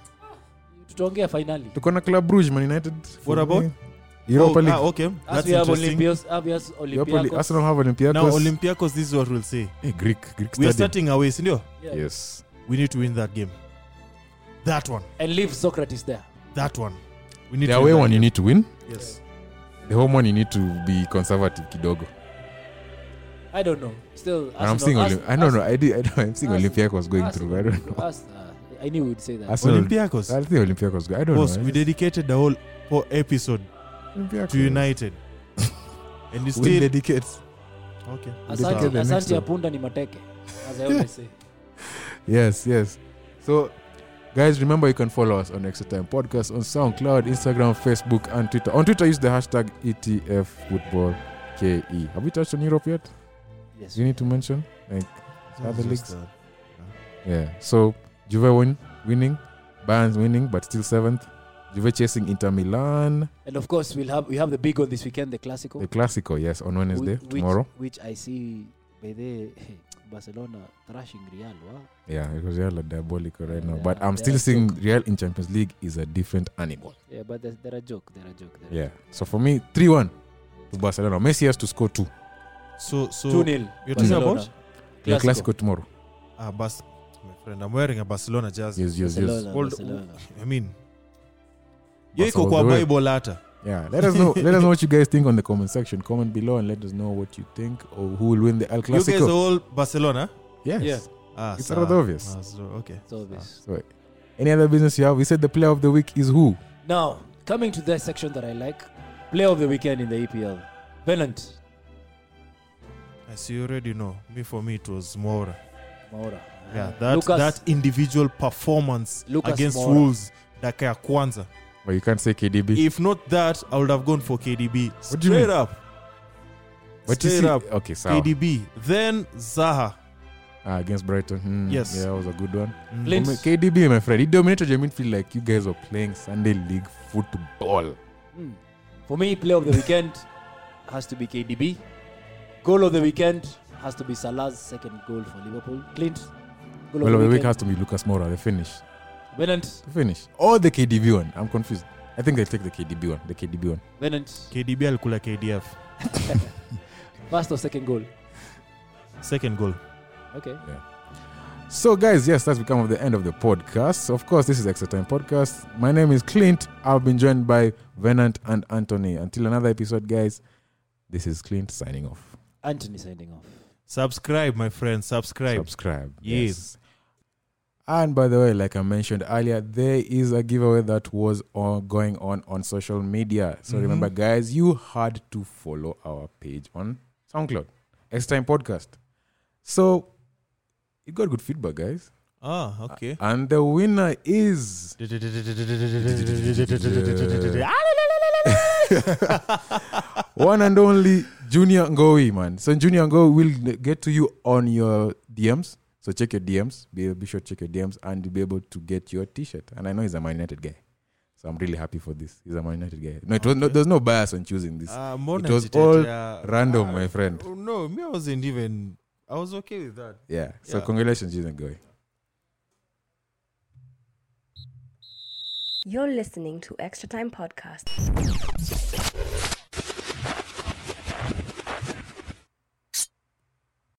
tutaongea finally
Tuko na Club Brugge, Man United.
What about?
Europa
oh,
League?
Ah, okay.
as
That's
we have
interesting.
Olympios, as we have
Europa League.
Olympiacos.
Arsenal have Olympiacos.
Now Olympiacos, this is what we'll say.
hey, Greek, Greek stadium.
We're starting away, Sindio.
Yeah.
Yes.
We need to win that game. That one.
and leave Socrates there.
That one. We need
The
to
away
win that
one you
game.
need to win.
Yes.
The home one you need to be conservative, kidogo.
I don't know. Still,
And I'm seeing. Olim- I don't know. I did. I don't. I'm seeing
Arsenal-
Olympiacos going through. I don't know.
uh, I knew we'd say that.
Arsenal- Arsenal-
Olympiacos.
I think Olympiacos. go- I don't
Boss,
know.
we dedicated the whole whole episode
Olympiacos.
to United. and you
We
still
dedicate.
okay.
Asante,
Dedicated the next
asante ya
one.
punda ni mateke, as I always say.
Yes, yes. So, guys, remember you can follow us on Extra Time Podcast on SoundCloud, Instagram, Facebook, and E Twitter. On Twitter, use the hashtag ETFFootballKE. Have we touched on Europe yet?
Yes.
you need to mention? Like, Other
It's
leagues?
just, uh,
yeah. So Juve win, winning, Barnes winning, but still seventh. Juve chasing Inter Milan.
And of course, we'll have we have the big one this weekend, the Classico.
The Classico, yes, on Wednesday
Whi-
tomorrow.
Which, which I see by the Barcelona thrashing Real. Wow.
Yeah, because Real are diabolical right now.
Yeah,
But I'm
they
still
are
seeing
joke.
Real in Champions League is a different animal.
Yeah, but there's- they're a joke. They're a joke. They're
Yeah. So for me, three one to Barcelona. Messi has to score two.
so so
Two 0
You're talking about?
The Classico tomorrow.
Ah, Bas- my friend, I'm wearing a Barcelona jersey.
Yes, yes, yes.
Barcelona,
Hold-
Barcelona.
I mean, yo
Barca
iko
all
kwa
the way.
Bible hata.
Yeah, let us know. let us know what you guys think on the comment section. Comment below and let us know what you think or who will win the Al
You guys are
Clasico.
all Barcelona.
Yes.
Yeah.
Ah,
It's
sawa.
rather obvious.
Ah, so- okay.
It's obvious.
So, any other business you have? We said the player of the week is who?
Now, coming to the section that I like, play of the E weekend in the EPL. Venant,
Ah, As you already know, me for me it was Moura.
Maura.
Yeah,
Uh,
that
Lucas,
that individual performance
Lucas
against
Moura.
Wolves daka ya kwanza.
Well, you can't say KDB.
If not that, I would have gone for KDB.
What
Straight
do you mean?
up.
But you
Straight
see-
up.
Okay, so
KDB. Then Zaha.
uh, against Brighton. Hmm,
Yes.
Yeah, that was a good one.
Mm.
Lin-
Um, KDB, my friend, he dominated your midfield like you guys were playing Sunday league football.
hmm. For me, play of the weekend has to be KDB. Goal of the weekend has to be Salah's second goal for Liverpool. Clint, goal
Well,
of
the
the
week
weekend.
has to be Lucas Moura, the finish.
Venant,
The finish. Or the KDB one. I'm confused. I think they take the KDB one. The KDB one.
Venant,
KDB alikula KDF.
first or second goal.
Second goal.
Okay.
So, guys, yes, that's become of the end of the podcast. Of course, this is Extra Time Podcast. My name is Clint. I've been joined by Venant and Anthony. Until another episode, guys, this is Clint signing off.
Anthony signing off.
Subscribe, my friend. Subscribe.
subscribe.
Yes.
And by the way, like I mentioned earlier, there is a giveaway that was on, going on on social media. So
Mhm.
remember, guys, you had to follow our page on SoundCloud, X Time Podcast. So it got good feedback, guys.
ah, okay.
And the winner is. One and only Junior Ngowi, man. So Junior Ngowi will get to you on your DMs. So check your DMs. Be, be sure to check your DMs and you'll be able to get your T-shirt. And I know he's a Man United guy, so I'm really happy for this. He's a Man United guy. No, it was no,
Okay.
there's no bias on choosing this.
Ah, mbona
It was
nitete-
all
ah,
Random,
ah,
my friend.
oh, No, me I wasn't even. I was okay with that.
Yeah. So
yeah.
congratulations, Junior Ngowi.
You're listening to Extra Time Podcast.